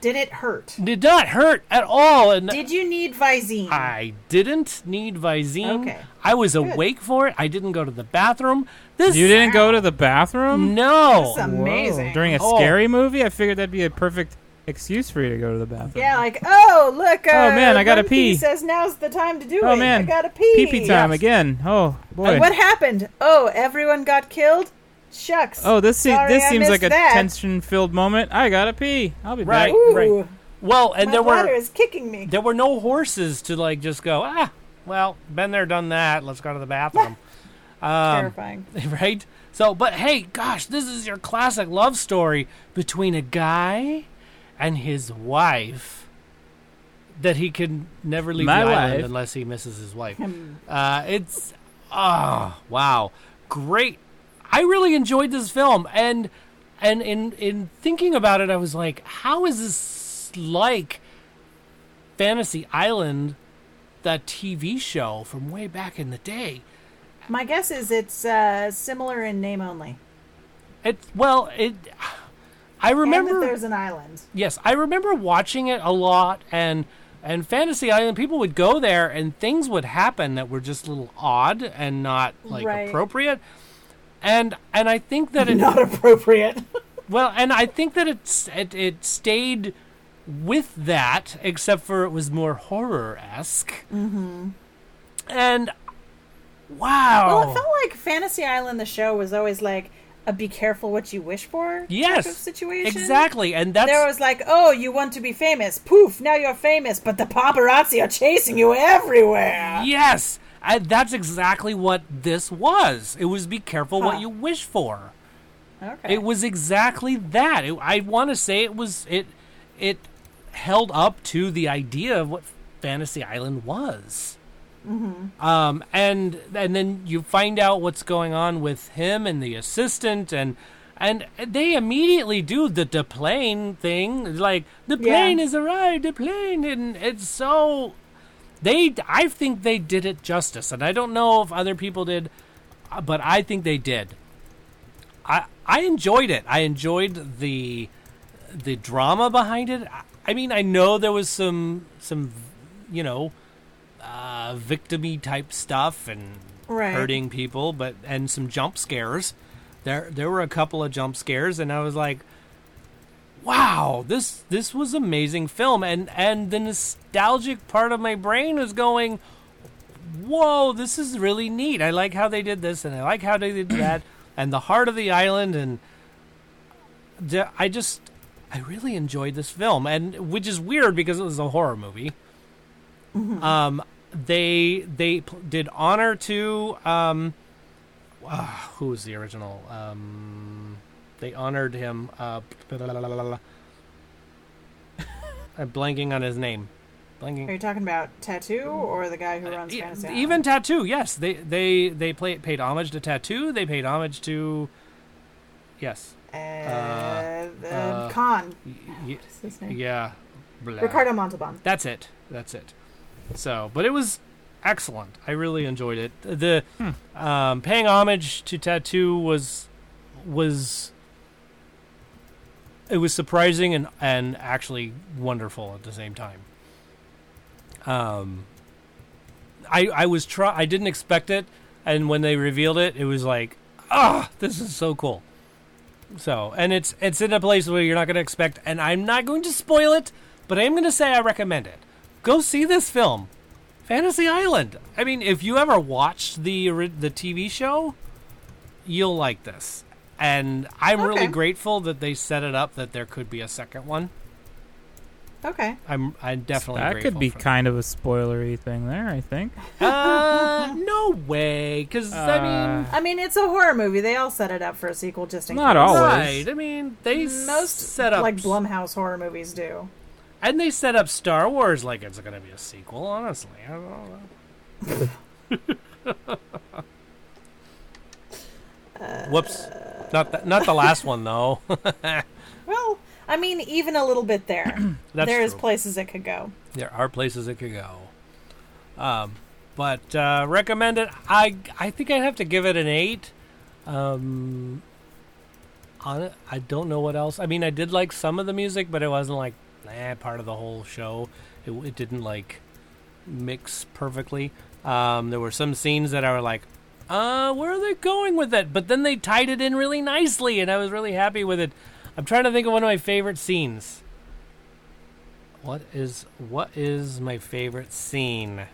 Speaker 3: Did it hurt?
Speaker 2: Did not hurt at all. And
Speaker 3: Did you need Visine?
Speaker 2: I didn't need Visine.
Speaker 3: Okay.
Speaker 2: I was awake for it. I didn't go to the bathroom. This
Speaker 4: You didn't go to the bathroom?
Speaker 2: No.
Speaker 3: That's amazing.
Speaker 4: Whoa. During a
Speaker 2: Oh.
Speaker 4: scary movie? I figured that'd be a perfect excuse for you to go to the bathroom.
Speaker 3: yeah, like oh look. Uh,
Speaker 4: Oh, man, I gotta
Speaker 3: One Piece
Speaker 4: pee.
Speaker 3: Says now's the time to do it.
Speaker 4: Oh man,
Speaker 3: I gotta pee.
Speaker 4: Pee-pee time again. Oh boy.
Speaker 3: And what happened? Oh, everyone got killed. Shucks.
Speaker 4: Oh, this se-
Speaker 3: Sorry,
Speaker 4: this
Speaker 3: I
Speaker 4: seems like
Speaker 3: missed
Speaker 4: a
Speaker 3: that.
Speaker 4: tension-filled moment. I gotta pee. I'll be
Speaker 2: Right.
Speaker 4: back.
Speaker 3: Ooh,
Speaker 2: right. Well, and
Speaker 3: my
Speaker 2: there
Speaker 3: bladder
Speaker 2: were
Speaker 3: is kicking me.
Speaker 2: there were no horses to like just go. Ah, well, been there, done that. Let's go to the bathroom. Um,
Speaker 3: Terrifying.
Speaker 2: <laughs> right? So, but hey, gosh, this is your classic love story between a guy and his wife that he can never leave
Speaker 4: My
Speaker 2: the island
Speaker 4: wife.
Speaker 2: unless he misses his wife. uh, it's oh wow, great! I really enjoyed this film, and and in in thinking about it, I was like, how is this like Fantasy Island? That TV show from way back in the day.
Speaker 3: My guess is it's uh, similar in name only.
Speaker 2: It well, it. I
Speaker 3: and
Speaker 2: remember.
Speaker 3: that there's an island.
Speaker 2: <laughs> yes, I remember watching it a lot, and and Fantasy Island people would go there, and things would happen that were just a little odd and not like
Speaker 3: Right.
Speaker 2: appropriate. And and I think
Speaker 3: <laughs>
Speaker 2: that it
Speaker 3: Not appropriate.
Speaker 2: well, and I think that it's it it stayed with that, except for it was more horror esque. Mm-hmm. And wow,
Speaker 3: Well, it felt like Fantasy Island, the show, was always like a "be careful what you wish for"
Speaker 2: yes,
Speaker 3: type of situation.
Speaker 2: exactly, and that's
Speaker 3: There was like, "Oh, you want to be famous? Poof! Now you're famous, but the paparazzi are chasing you everywhere."
Speaker 2: Yes, I, that's exactly what this was. It was be careful what
Speaker 3: Huh.
Speaker 2: you wish for.
Speaker 3: Okay.
Speaker 2: It was exactly that. It, I want to say it was it it held up to the idea of what Fantasy Island was. Um, and and then you find out what's going on with him and the assistant and. And they immediately do the the plane thing, like the
Speaker 3: Yeah.
Speaker 2: plane has arrived, the plane, and it's so they i think they did it justice and i don't know if other people did uh, but i think they did i i enjoyed it i enjoyed the the drama behind it I- i mean i know there was some some you know uh victimy type stuff and
Speaker 3: Right.
Speaker 2: hurting people but and some jump scares there there were a couple of jump scares and i was like wow this this was amazing film and and the nostalgic part of my brain was going whoa this is really neat i like how they did this and i like how they did that and the heart of the island and the- i just i really enjoyed this film and which is weird because it was a horror movie
Speaker 3: Mm-hmm.
Speaker 2: um they they pl- did honor to um uh, who was the original um they honored him uh <laughs> i'm blanking on his name blanking
Speaker 3: Are you talking about Tattoo or the guy who runs
Speaker 2: E-
Speaker 3: Fantasy Island?
Speaker 2: even tattoo yes they they they play, paid homage to tattoo they paid homage to yes
Speaker 3: uh, uh,
Speaker 2: uh,
Speaker 3: Khan.
Speaker 2: Y- y-
Speaker 3: What's his name?
Speaker 2: yeah Blah.
Speaker 3: Ricardo Montalban.
Speaker 2: that's it that's it so but it was excellent i really enjoyed it the um, paying homage to tattoo was was it was surprising and and actually wonderful at the same time um i i was try i didn't expect it and when they revealed it it was like ah this is so cool so and it's it's in a place where you're not going to expect and i'm not going to spoil it but i am going to say i recommend it go see this film fantasy island i mean if you ever watched the ori- the tv show you'll like this and i'm really
Speaker 3: Okay.
Speaker 2: grateful that they set it up that there could be a second one
Speaker 3: Okay.
Speaker 2: i'm i'm definitely
Speaker 4: That
Speaker 2: grateful
Speaker 4: could be
Speaker 2: for that.
Speaker 4: kind of a spoilery thing there. I
Speaker 3: <laughs>
Speaker 4: think.
Speaker 2: Uh, no way. Because I mean,
Speaker 4: Uh,
Speaker 3: I mean, it's a horror movie. They all set it up for a sequel, just in
Speaker 4: Not
Speaker 3: case.
Speaker 4: all.
Speaker 2: right? I mean, they
Speaker 3: Most
Speaker 2: set up
Speaker 3: like Blumhouse horror movies do.
Speaker 2: and they set up Star Wars like it's going to be a sequel. Honestly, I don't know. <laughs> Whoops, not the, not the last one though. <laughs>
Speaker 3: Well, I mean, even a little bit there.
Speaker 2: <clears throat> That's
Speaker 3: there is
Speaker 2: true.
Speaker 3: places it could go.
Speaker 2: there are places it could go. Um, but uh, recommend it. I I think I'd have to give it an eight. Um, on it, I don't know what else. I mean, I did like some of the music, but it wasn't like nah, part of the whole show. It, it didn't like mix perfectly. Um, there were some scenes that I were like, uh, where are they going with it? But then they tied it in really nicely, and I was really happy with it. I'm trying to think of one of my favorite scenes. What is what is my favorite scene?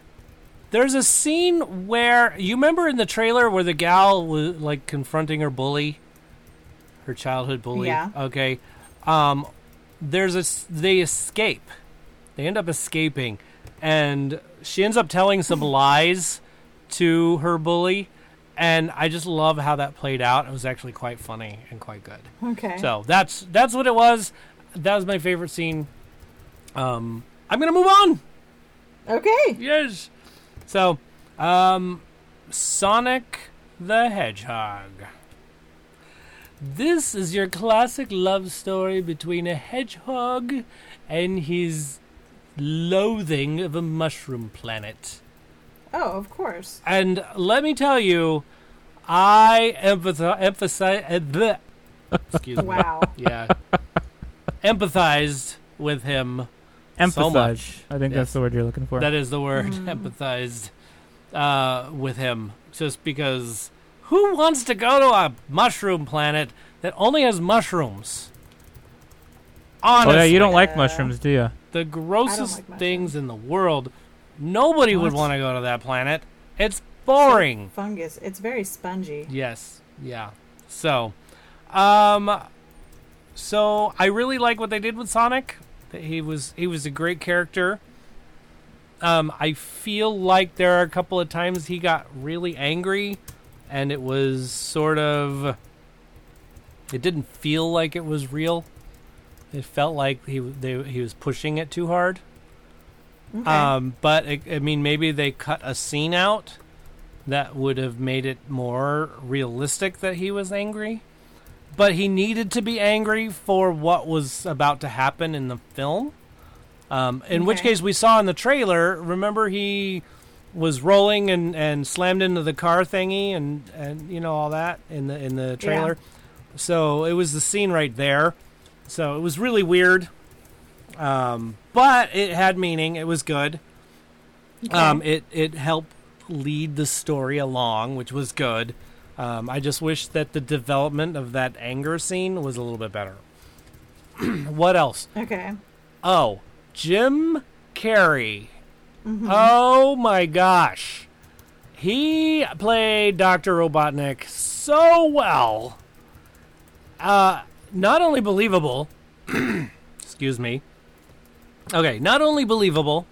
Speaker 2: There's a scene where you remember in the trailer where the gal was like confronting her bully, her childhood bully.
Speaker 3: Yeah.
Speaker 2: Okay. Um, there's a s- they escape. They end up escaping, and she ends up telling some lies to her bully. And I just love how that played out. It was actually quite funny and quite good.
Speaker 3: Okay.
Speaker 2: So that's that's what it was. That was my favorite scene. Um, I'm gonna move on.
Speaker 3: Okay.
Speaker 2: Yes. So, um, Sonic the Hedgehog. This is your classic love story between a hedgehog and his loathing of a mushroom planet.
Speaker 3: Oh, of course.
Speaker 2: And let me tell you, I empathize. emphasize uh, bleh. <laughs> excuse me.
Speaker 3: Wow.
Speaker 2: Yeah. Empathized with him.
Speaker 4: Empathize.
Speaker 2: much.
Speaker 4: I think
Speaker 2: Yes.
Speaker 4: that's the word you're looking for.
Speaker 2: That is the word.
Speaker 3: Mm.
Speaker 2: Empathized uh, with him. Just because who wants to go to a mushroom planet that only has mushrooms?
Speaker 4: oh
Speaker 2: Honestly,
Speaker 4: yeah, you don't like
Speaker 3: Yeah.
Speaker 4: mushrooms, do you?
Speaker 2: the grossest
Speaker 3: like mushrooms.
Speaker 2: things in the world. Nobody would
Speaker 4: What?
Speaker 2: want to go to that planet. It's <laughs> boring.
Speaker 3: Fungus. It's very spongy.
Speaker 2: Yes. Yeah. So, um, so I really like what they did with Sonic. That He was he was a great character. Um, I feel like there are a couple of times he got really angry, and it was sort of. It didn't feel like it was real. It felt like he they, he was pushing it too hard.
Speaker 3: Okay.
Speaker 2: Um, but I, I mean, maybe they cut a scene out that would have made it more realistic that he was angry. But he needed to be angry for what was about to happen in the film. Um, in which
Speaker 3: Okay.
Speaker 2: case, we saw in the trailer. Remember, he was rolling and, and slammed into the car thingy, and, and you know all that in the in the trailer. So it was the scene right there. So it was really weird. Um, but it had meaning. It was good. Um, it it helped lead the story along, which was good. Um, I just wish that the development of that anger scene was a little bit better. <clears throat> what else?
Speaker 3: okay.
Speaker 2: Oh, Jim Carrey.
Speaker 3: Mm-hmm.
Speaker 2: Oh my gosh. He played Dr. Robotnik so well. Uh, not only believable, <clears throat> excuse me. Okay, not only believable,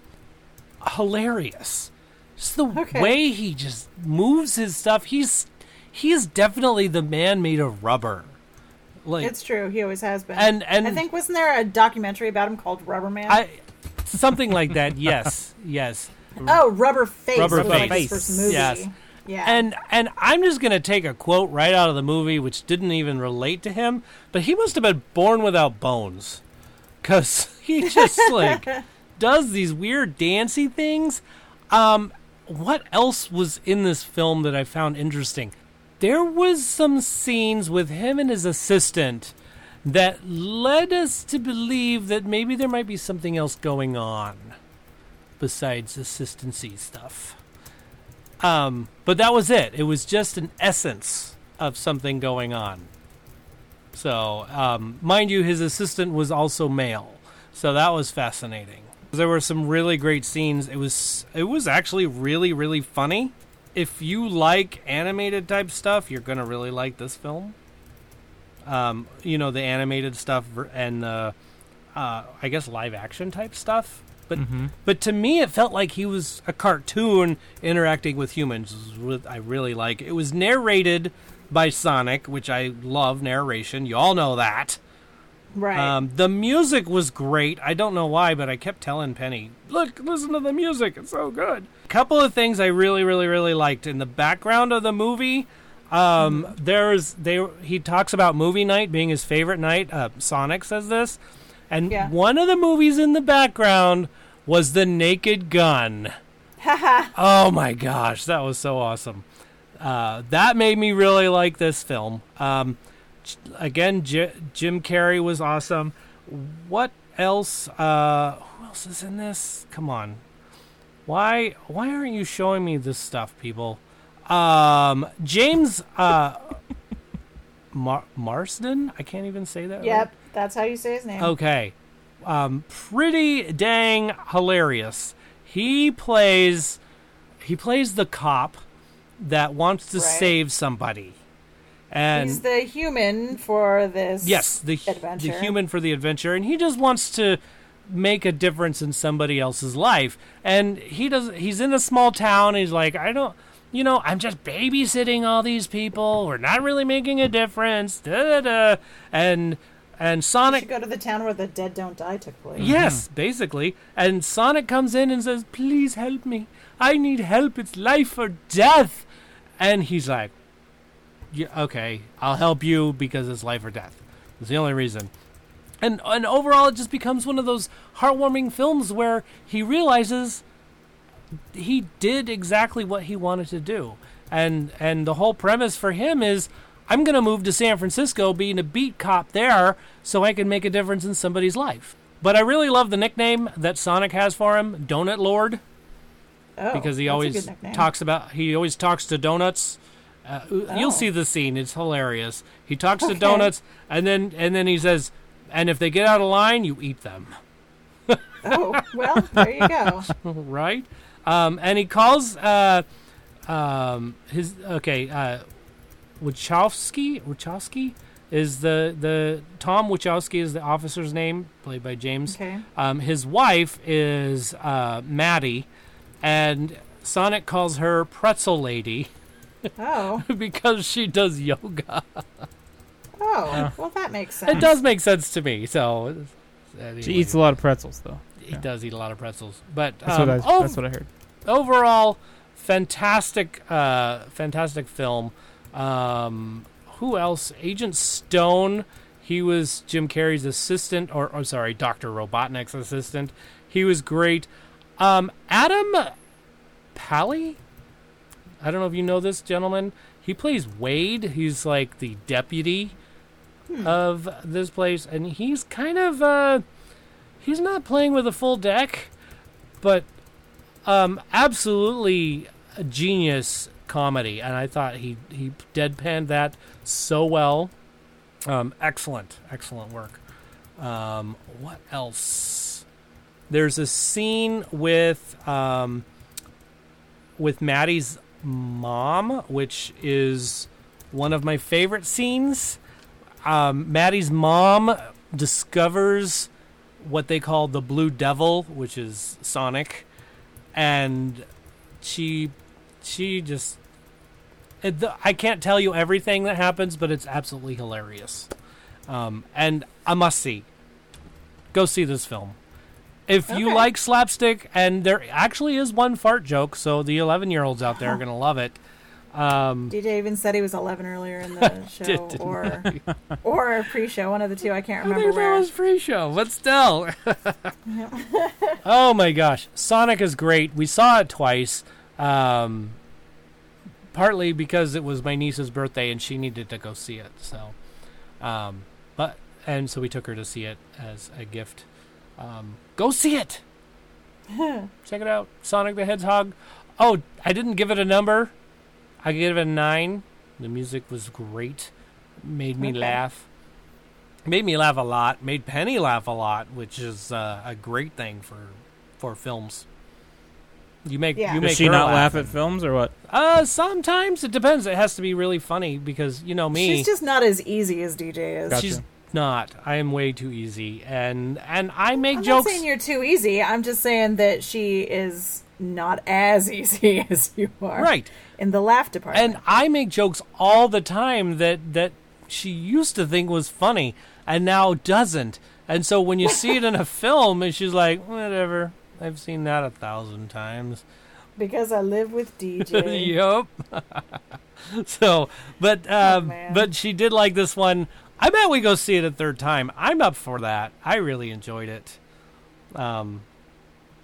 Speaker 2: hilarious. Just the
Speaker 3: Okay.
Speaker 2: way he just moves his stuff. He's he is definitely the man made of rubber. Like
Speaker 3: It's true. He always has been.
Speaker 2: And- and-
Speaker 3: I think wasn't there a documentary about him called Rubber Man?
Speaker 2: I something like that. Yes, <laughs> yes.
Speaker 3: oh, Rubber Face.
Speaker 2: Rubber
Speaker 3: was like
Speaker 2: Face.
Speaker 3: his first movie.
Speaker 2: Yes.
Speaker 3: Yeah.
Speaker 2: And and I'm just gonna take a quote right out of the movie, which didn't even relate to him. But he must have been born without bones, cause <laughs> he just like does these weird dancey things. Um, what else was in this film that I found interesting? There was some scenes with him and his assistant that led us to believe that maybe there might be something else going on besides assistancy stuff. Um, but that was it. It was just an essence of something going on. So, um, mind you, his assistant was also male, so that was fascinating. There were some really great scenes. It was it was actually really really funny. If you like animated type stuff, you're gonna really like this film. Um, you know the animated stuff ver- and the uh, I guess live action type stuff, but but to me, it felt like he was a cartoon interacting with humans. is What I really like. It was narrated by Sonic, which I love narration. You all know that.
Speaker 3: right.
Speaker 2: Um, the music was great. I don't know why, but I kept telling Penny, "Look, listen to the music. It's so good." Couple of things I really, really, really liked in the background of the movie. Um, there's they he talks about movie night being his favorite night. Uh, Sonic says this, and
Speaker 3: Yeah.
Speaker 2: one of the movies in the background was The Naked Gun. Oh my gosh, that was so awesome. Uh, that made me really like this film. Um, j- again, J- Jim Carrey was awesome. What else? Uh, who else is in this? Come on, why why aren't you showing me this stuff, people? Um, James uh, <laughs> Mar- Marsden. I can't even say that. right.
Speaker 3: Yep, that's how you say his name.
Speaker 2: Okay. Um, pretty dang hilarious. He plays he plays the cop that wants to
Speaker 3: Right.
Speaker 2: save somebody. And
Speaker 3: He's the human for this.
Speaker 2: yes, the hu-
Speaker 3: adventure.
Speaker 2: the human for the adventure and he just wants to make a difference in somebody else's life. And he does he's in a small town and he's like, I don't you know, I'm just babysitting all these people. We're not really making a difference. Da, da, da. And and
Speaker 3: You
Speaker 2: Sonic
Speaker 3: should go to the town where the dead don't die took place.
Speaker 2: Yes, basically. And Sonic comes in and says, Please help me. I need help. It's life or death. And he's like, yeah, Okay, I'll help you because it's life or death. It's the only reason. And, and overall, it just becomes one of those heartwarming films where he realizes he did exactly what he wanted to do. And and the whole premise for him is I'm going to move to San Francisco being a beat cop there so I can make a difference in somebody's life. But I really love the nickname that Sonic has for him, Donut Lord,
Speaker 3: Oh,
Speaker 2: because he
Speaker 3: that's a
Speaker 2: always
Speaker 3: good nickname.
Speaker 2: talks about he always talks to donuts. Uh,
Speaker 3: Oh.
Speaker 2: You'll see the scene; it's hilarious. He talks
Speaker 3: Okay.
Speaker 2: to donuts, and then and then he says, "And if they get out of line, you eat them."
Speaker 3: Oh, well, there you go.
Speaker 2: right? Um, and he calls uh, um, his okay uh, Wachowski. Wachowski is the the Tom Wachowski is the officer's name, played by James.
Speaker 3: Okay.
Speaker 2: Um, his wife is uh, Maddie, and Sonic calls her Pretzel Lady <laughs>
Speaker 3: Oh,
Speaker 2: because she does yoga. <laughs>
Speaker 3: oh, well, that makes sense.
Speaker 2: It does make sense to me. So.
Speaker 4: She
Speaker 2: anyway,
Speaker 4: eats a lot of pretzels, though.
Speaker 2: He does eat a lot of pretzels, but
Speaker 4: That's, what,
Speaker 2: um,
Speaker 4: I,
Speaker 2: ov-
Speaker 4: that's what I heard.
Speaker 2: overall fantastic uh fantastic film um who else agent stone he was jim carrey's assistant or i'm sorry dr robotnik's assistant he was great um adam pally i don't know if you know this gentleman he plays wade he's like the deputy of this place and he's kind of uh he's not playing with a full deck but um, absolutely a genius comedy, and I thought he he deadpanned that so well. Um, excellent, excellent work. Um, what else? There's a scene with um, with Maddie's mom, which is one of my favorite scenes. Um, Maddie's mom discovers what they call the Blue Devil, which is Sonic and she she just it, the, I can't tell you everything that happens, but it's absolutely hilarious. Um, and a must see. Go see this film. If you
Speaker 3: Okay.
Speaker 2: like slapstick, and there actually is one fart joke, so the 11 year olds out there are going to love it. Um,
Speaker 3: DJ even said he was 11 earlier in the
Speaker 2: <laughs>
Speaker 3: show,
Speaker 2: Did- didn't
Speaker 3: or
Speaker 2: <laughs>
Speaker 3: or pre-show, one of the two. I can't
Speaker 2: I
Speaker 3: remember
Speaker 2: think
Speaker 3: where.
Speaker 2: that was pre show, but still. oh my gosh. Sonic is great. We saw it twice. Um, partly because it was my niece's birthday and she needed to go see it. So, um, but, and so we took her to see it as a gift. Um, go see
Speaker 3: <laughs>
Speaker 2: it. Check it out. Sonic the Hedgehog. Oh, I didn't give it a number. I gave it a nine. The music was great. Made me
Speaker 3: Okay.
Speaker 2: laugh made me laugh a lot made penny laugh a lot which is uh, a great thing for for films you make
Speaker 3: Yeah.
Speaker 2: you
Speaker 3: Does
Speaker 2: make
Speaker 4: Does she
Speaker 2: her
Speaker 4: not
Speaker 2: laugh,
Speaker 4: laugh at films or what?
Speaker 2: uh sometimes it depends it has to be really funny because you know me
Speaker 3: She's just not as easy as DJ is.
Speaker 4: Gotcha.
Speaker 2: she's not i am way too easy and and i make
Speaker 3: I'm not
Speaker 2: jokes
Speaker 3: saying you're too easy. I'm just saying that she is not as <laughs> easy as you are.
Speaker 2: right
Speaker 3: In the laugh department.
Speaker 2: and i make jokes all the time that that she used to think was funny and now doesn't and so when you see it
Speaker 3: <laughs>
Speaker 2: in a film and she's like whatever i've seen that a thousand times <laughs>
Speaker 3: because I live with DJ.
Speaker 2: yep. <laughs> so, but um,
Speaker 3: Oh, man.
Speaker 2: but she did like this one. I bet we go see it a third time. I'm up for that. I really enjoyed it. Um,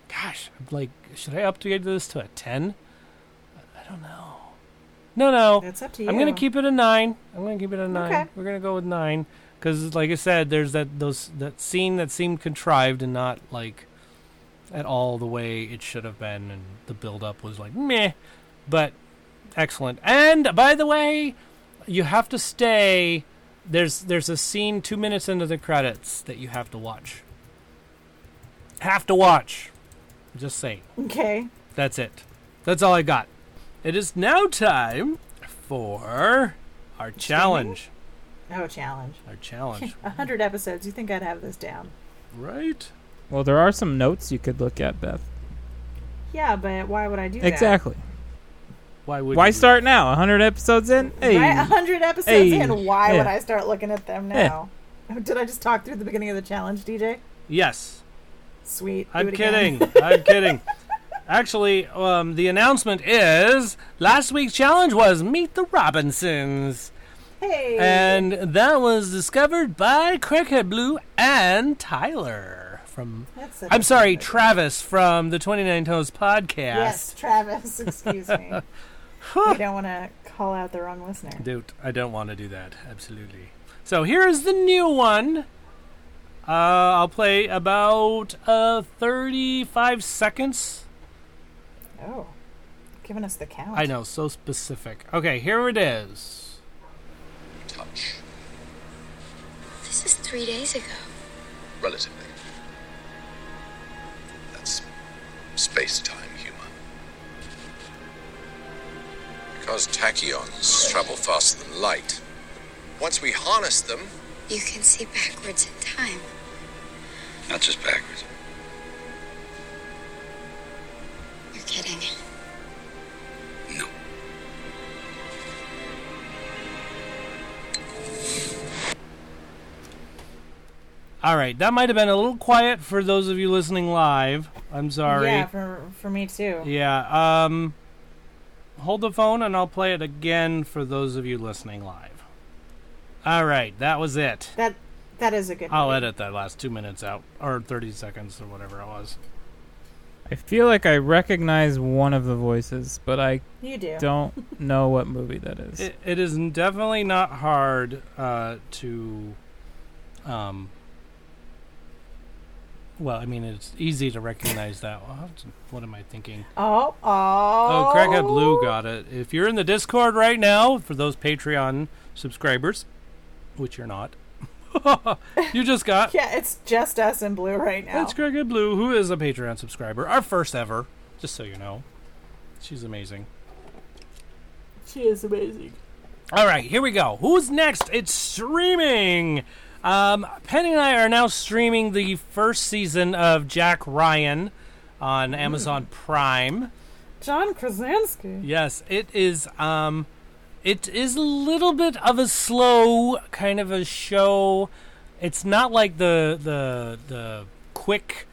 Speaker 2: Gosh, I'm like, should I upgrade this to a ten? I don't know. No, no.
Speaker 3: That's up to you.
Speaker 2: I'm gonna keep it a nine. I'm gonna keep it a nine.
Speaker 3: Okay.
Speaker 2: We're gonna go with nine because, like I said, there's that those that scene that seemed contrived and not like at all the way it should have been, and the build up was like meh, but excellent. And by the way, you have to stay. There's there's a scene two minutes into the credits that you have to watch. Have to watch. Just saying.
Speaker 3: Okay.
Speaker 2: That's it. That's all I got. It is now time for our challenge.
Speaker 3: No Oh, challenge.
Speaker 2: Our
Speaker 3: <laughs>
Speaker 2: challenge.
Speaker 3: A hundred episodes. You think I'd have this down?
Speaker 2: right?
Speaker 4: Well, there are some notes you could look at, Beth.
Speaker 3: Yeah, but why would I do
Speaker 4: Exactly.
Speaker 2: Why would
Speaker 4: Why
Speaker 2: you?
Speaker 4: start now? 100 episodes in?
Speaker 3: that?
Speaker 4: Hey.
Speaker 3: Right? A hundred episodes
Speaker 4: Hey.
Speaker 3: in. Why would
Speaker 4: Yeah.
Speaker 3: I start looking at them now? <laughs> Did I just talk through the beginning of the challenge, DJ?
Speaker 2: Yes.
Speaker 3: Sweet. Do
Speaker 2: I'm
Speaker 3: it again.
Speaker 2: kidding. I'm kidding. Actually, um, the announcement is last week's challenge was Meet the Robinsons.
Speaker 3: <laughs> Hey.
Speaker 2: And that was discovered by Cricket Blue and Tyler from.
Speaker 3: That's such
Speaker 2: I'm
Speaker 3: a
Speaker 2: sorry,
Speaker 3: good-
Speaker 2: Travis from the 29 Toes podcast.
Speaker 3: Yes, Travis. <laughs>
Speaker 2: <laughs>
Speaker 3: Excuse me. we don't want to call out the wrong listener.
Speaker 2: Dude, I don't want to do that. Absolutely. So here is the new one. Uh, I'll play about uh, 35 seconds.
Speaker 3: Oh, giving us the count.
Speaker 2: I know, so specific. Okay, here it is.
Speaker 6: touch,
Speaker 7: This is three days ago.
Speaker 6: relatively. That's space time humor.
Speaker 5: Because tachyons travel faster than light. Once we harness them,
Speaker 7: You can see backwards in time.
Speaker 6: Not just backwards.
Speaker 7: You're kidding.
Speaker 6: No.
Speaker 2: All right, that might have been a little quiet for those of you listening live. I'm sorry.
Speaker 3: Yeah, for for me too.
Speaker 2: Yeah, um, hold the phone and I'll play it again for those of you listening live. All right, that was it.
Speaker 3: That that is a good.
Speaker 2: I'll
Speaker 3: movie.
Speaker 2: edit that last two minutes out, or 30 seconds, or whatever it was.
Speaker 4: I feel like I recognize one of the voices, but I
Speaker 3: You do.
Speaker 4: don't know what movie that is.
Speaker 2: It, it is definitely not hard uh, to. Um, well, I mean, it's easy to recognize that. Well, how- What am I thinking?
Speaker 3: Oh oh.
Speaker 2: Oh, Crackhead Blue got it. If you're in the Discord right now, for those Patreon subscribers, which you're not, <laughs> you just got.
Speaker 3: Yeah, it's just us in blue right now.
Speaker 2: That's Crackhead Blue, who is a Patreon subscriber, our first ever, just so you know. She's amazing.
Speaker 3: She is amazing.
Speaker 2: All right, here we go. Who's next? It's streaming. Um, Penny and I are now streaming the first season of Jack Ryan on Amazon Prime.
Speaker 3: John Krasinski.
Speaker 2: Yes, it is. Um, it is a little bit of a slow kind of a show. It's not like the the the quick,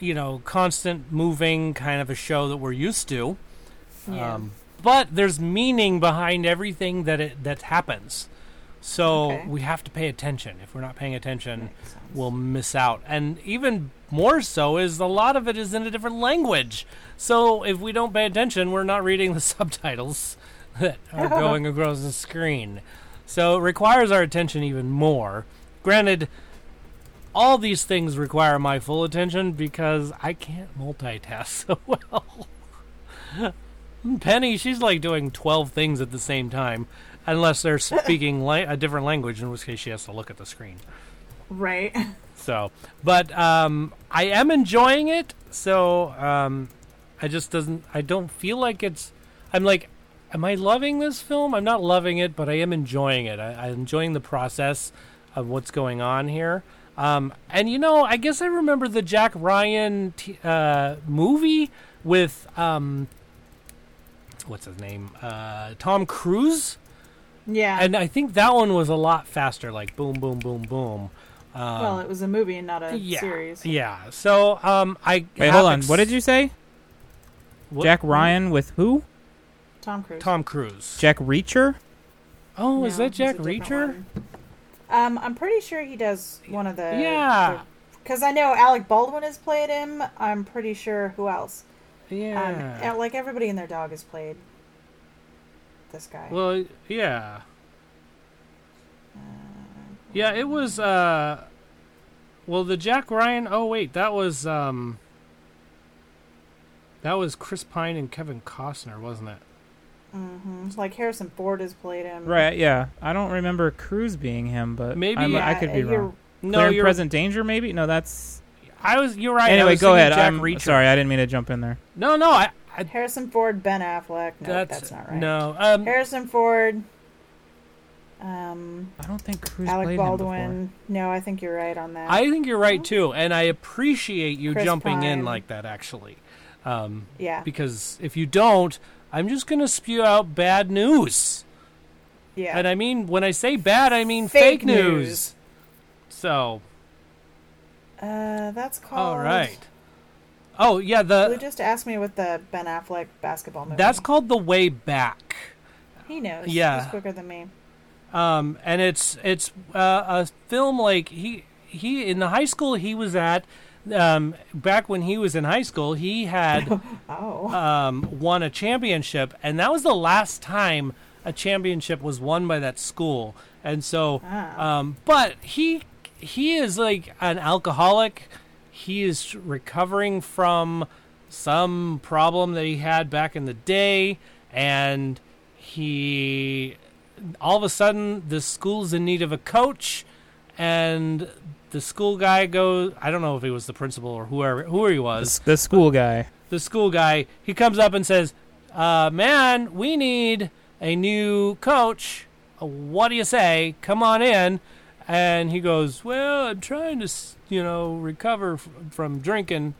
Speaker 2: you know, constant moving kind of a show that we're used to.
Speaker 3: Yeah.
Speaker 2: Um, but there's meaning behind everything that it that happens. So
Speaker 3: Okay.
Speaker 2: we have to pay attention. If we're not paying attention,
Speaker 3: Makes sense.
Speaker 2: we'll miss out. And even more so is a lot of it is in a different language. So if we don't pay attention, we're not reading the <laughs> subtitles that
Speaker 3: <laughs>
Speaker 2: are going across the screen. So it requires our attention even more. Granted, all these things require my full attention because I can't multitask <laughs> so well. Penny, she's like doing 12 things at the same time, unless they're speaking la- a different language, in which case she has to look at the screen.
Speaker 3: right. <laughs>
Speaker 2: So, but um, I am enjoying it. So um, I just doesn't. I don't feel like it's. I'm like, am I loving this film? I'm not loving it, but I am enjoying it. I, I'm enjoying the process of what's going on here. Um, and you know, I guess I remember the Jack Ryan t- uh, movie with um, what's his name, uh, Tom Cruise
Speaker 3: Yeah.
Speaker 2: and I think that one was a lot faster, like boom, boom, boom, boom. Um,
Speaker 3: well, it was a movie and not a
Speaker 2: yeah,
Speaker 3: series.
Speaker 2: yeah. So um, I
Speaker 4: Wait,
Speaker 2: have
Speaker 4: hold on.
Speaker 2: ex-
Speaker 4: What did you say?
Speaker 2: what-
Speaker 4: Jack Ryan with who?
Speaker 3: Tom Cruise.
Speaker 2: Tom Cruise.
Speaker 4: Jack Reacher?
Speaker 2: oh, is
Speaker 3: No,
Speaker 2: that
Speaker 3: it's a
Speaker 2: Jack
Speaker 3: different
Speaker 2: Reacher?
Speaker 3: one. Um, I'm pretty sure he does one of the
Speaker 2: Yeah.
Speaker 3: the because I know Alec Baldwin has played him. I'm pretty sure who else. Um,
Speaker 2: Yeah.
Speaker 3: and, like everybody and their dog has played this guy.
Speaker 2: well, yeah. Yeah, it was uh well, the Jack Ryan. Oh wait, that was um that was Chris Pine and Kevin Costner, wasn't it?
Speaker 3: Mm-hmm. like Harrison Ford has played him.
Speaker 4: Right, yeah. I don't remember Cruz being him, but
Speaker 2: Maybe-
Speaker 4: I'm- I
Speaker 3: Yeah,
Speaker 4: could be
Speaker 3: you're-
Speaker 4: wrong.
Speaker 2: No,
Speaker 4: Clear and
Speaker 2: you're
Speaker 4: present danger, maybe? No, that's
Speaker 2: I was you're right. I
Speaker 4: anyway.
Speaker 2: was
Speaker 4: Go
Speaker 2: thinking
Speaker 4: ahead.
Speaker 2: Jack
Speaker 4: I'm
Speaker 2: Reacher.
Speaker 4: sorry, I didn't mean to jump in there.
Speaker 2: No, no, I, I
Speaker 3: Harrison Ford, Ben Affleck. No,
Speaker 2: that's,
Speaker 3: that's, not right.
Speaker 2: No. Um
Speaker 3: Harrison Ford, um,
Speaker 4: I don't think Cruz
Speaker 3: Alec
Speaker 4: played him
Speaker 3: Baldwin. No, I think you're right on that.
Speaker 2: I think you're right too, and I appreciate you
Speaker 3: Chris
Speaker 2: jumping in
Speaker 3: Pine.
Speaker 2: like that actually. Um
Speaker 3: yeah,
Speaker 2: because if you don't, I'm just going to spew out bad news.
Speaker 3: yeah.
Speaker 2: And I mean, when I say bad, I mean fake,
Speaker 3: Fake
Speaker 2: news.
Speaker 3: news.
Speaker 2: So,
Speaker 3: uh, that's called.
Speaker 2: all right. Oh yeah, the
Speaker 3: Blue just asked me what the Ben Affleck basketball movie.
Speaker 2: that's called the way back,
Speaker 3: he knows.
Speaker 2: yeah.
Speaker 3: he's quicker than me.
Speaker 2: um, and it's it's uh, a film like he he in the high school he was at. Um, back when he was in high school, he
Speaker 3: <laughs>
Speaker 2: had
Speaker 3: Oh,
Speaker 2: um, won a championship, and that was the last time a championship was won by that school. And so, um, but he he is like an alcoholic. He is recovering from some problem that he had back in the day, and he all of a sudden the school's in need of a coach and the school guy goes i don't know if he was the principal or whoever whoever he was
Speaker 4: before. The school guy.
Speaker 2: the school guy, he comes up and says, uh, "Man, we need a new coach. Uh, What do you say? Come on in." And he goes, "Well, I'm trying to, s- you know, recover f- from drinking,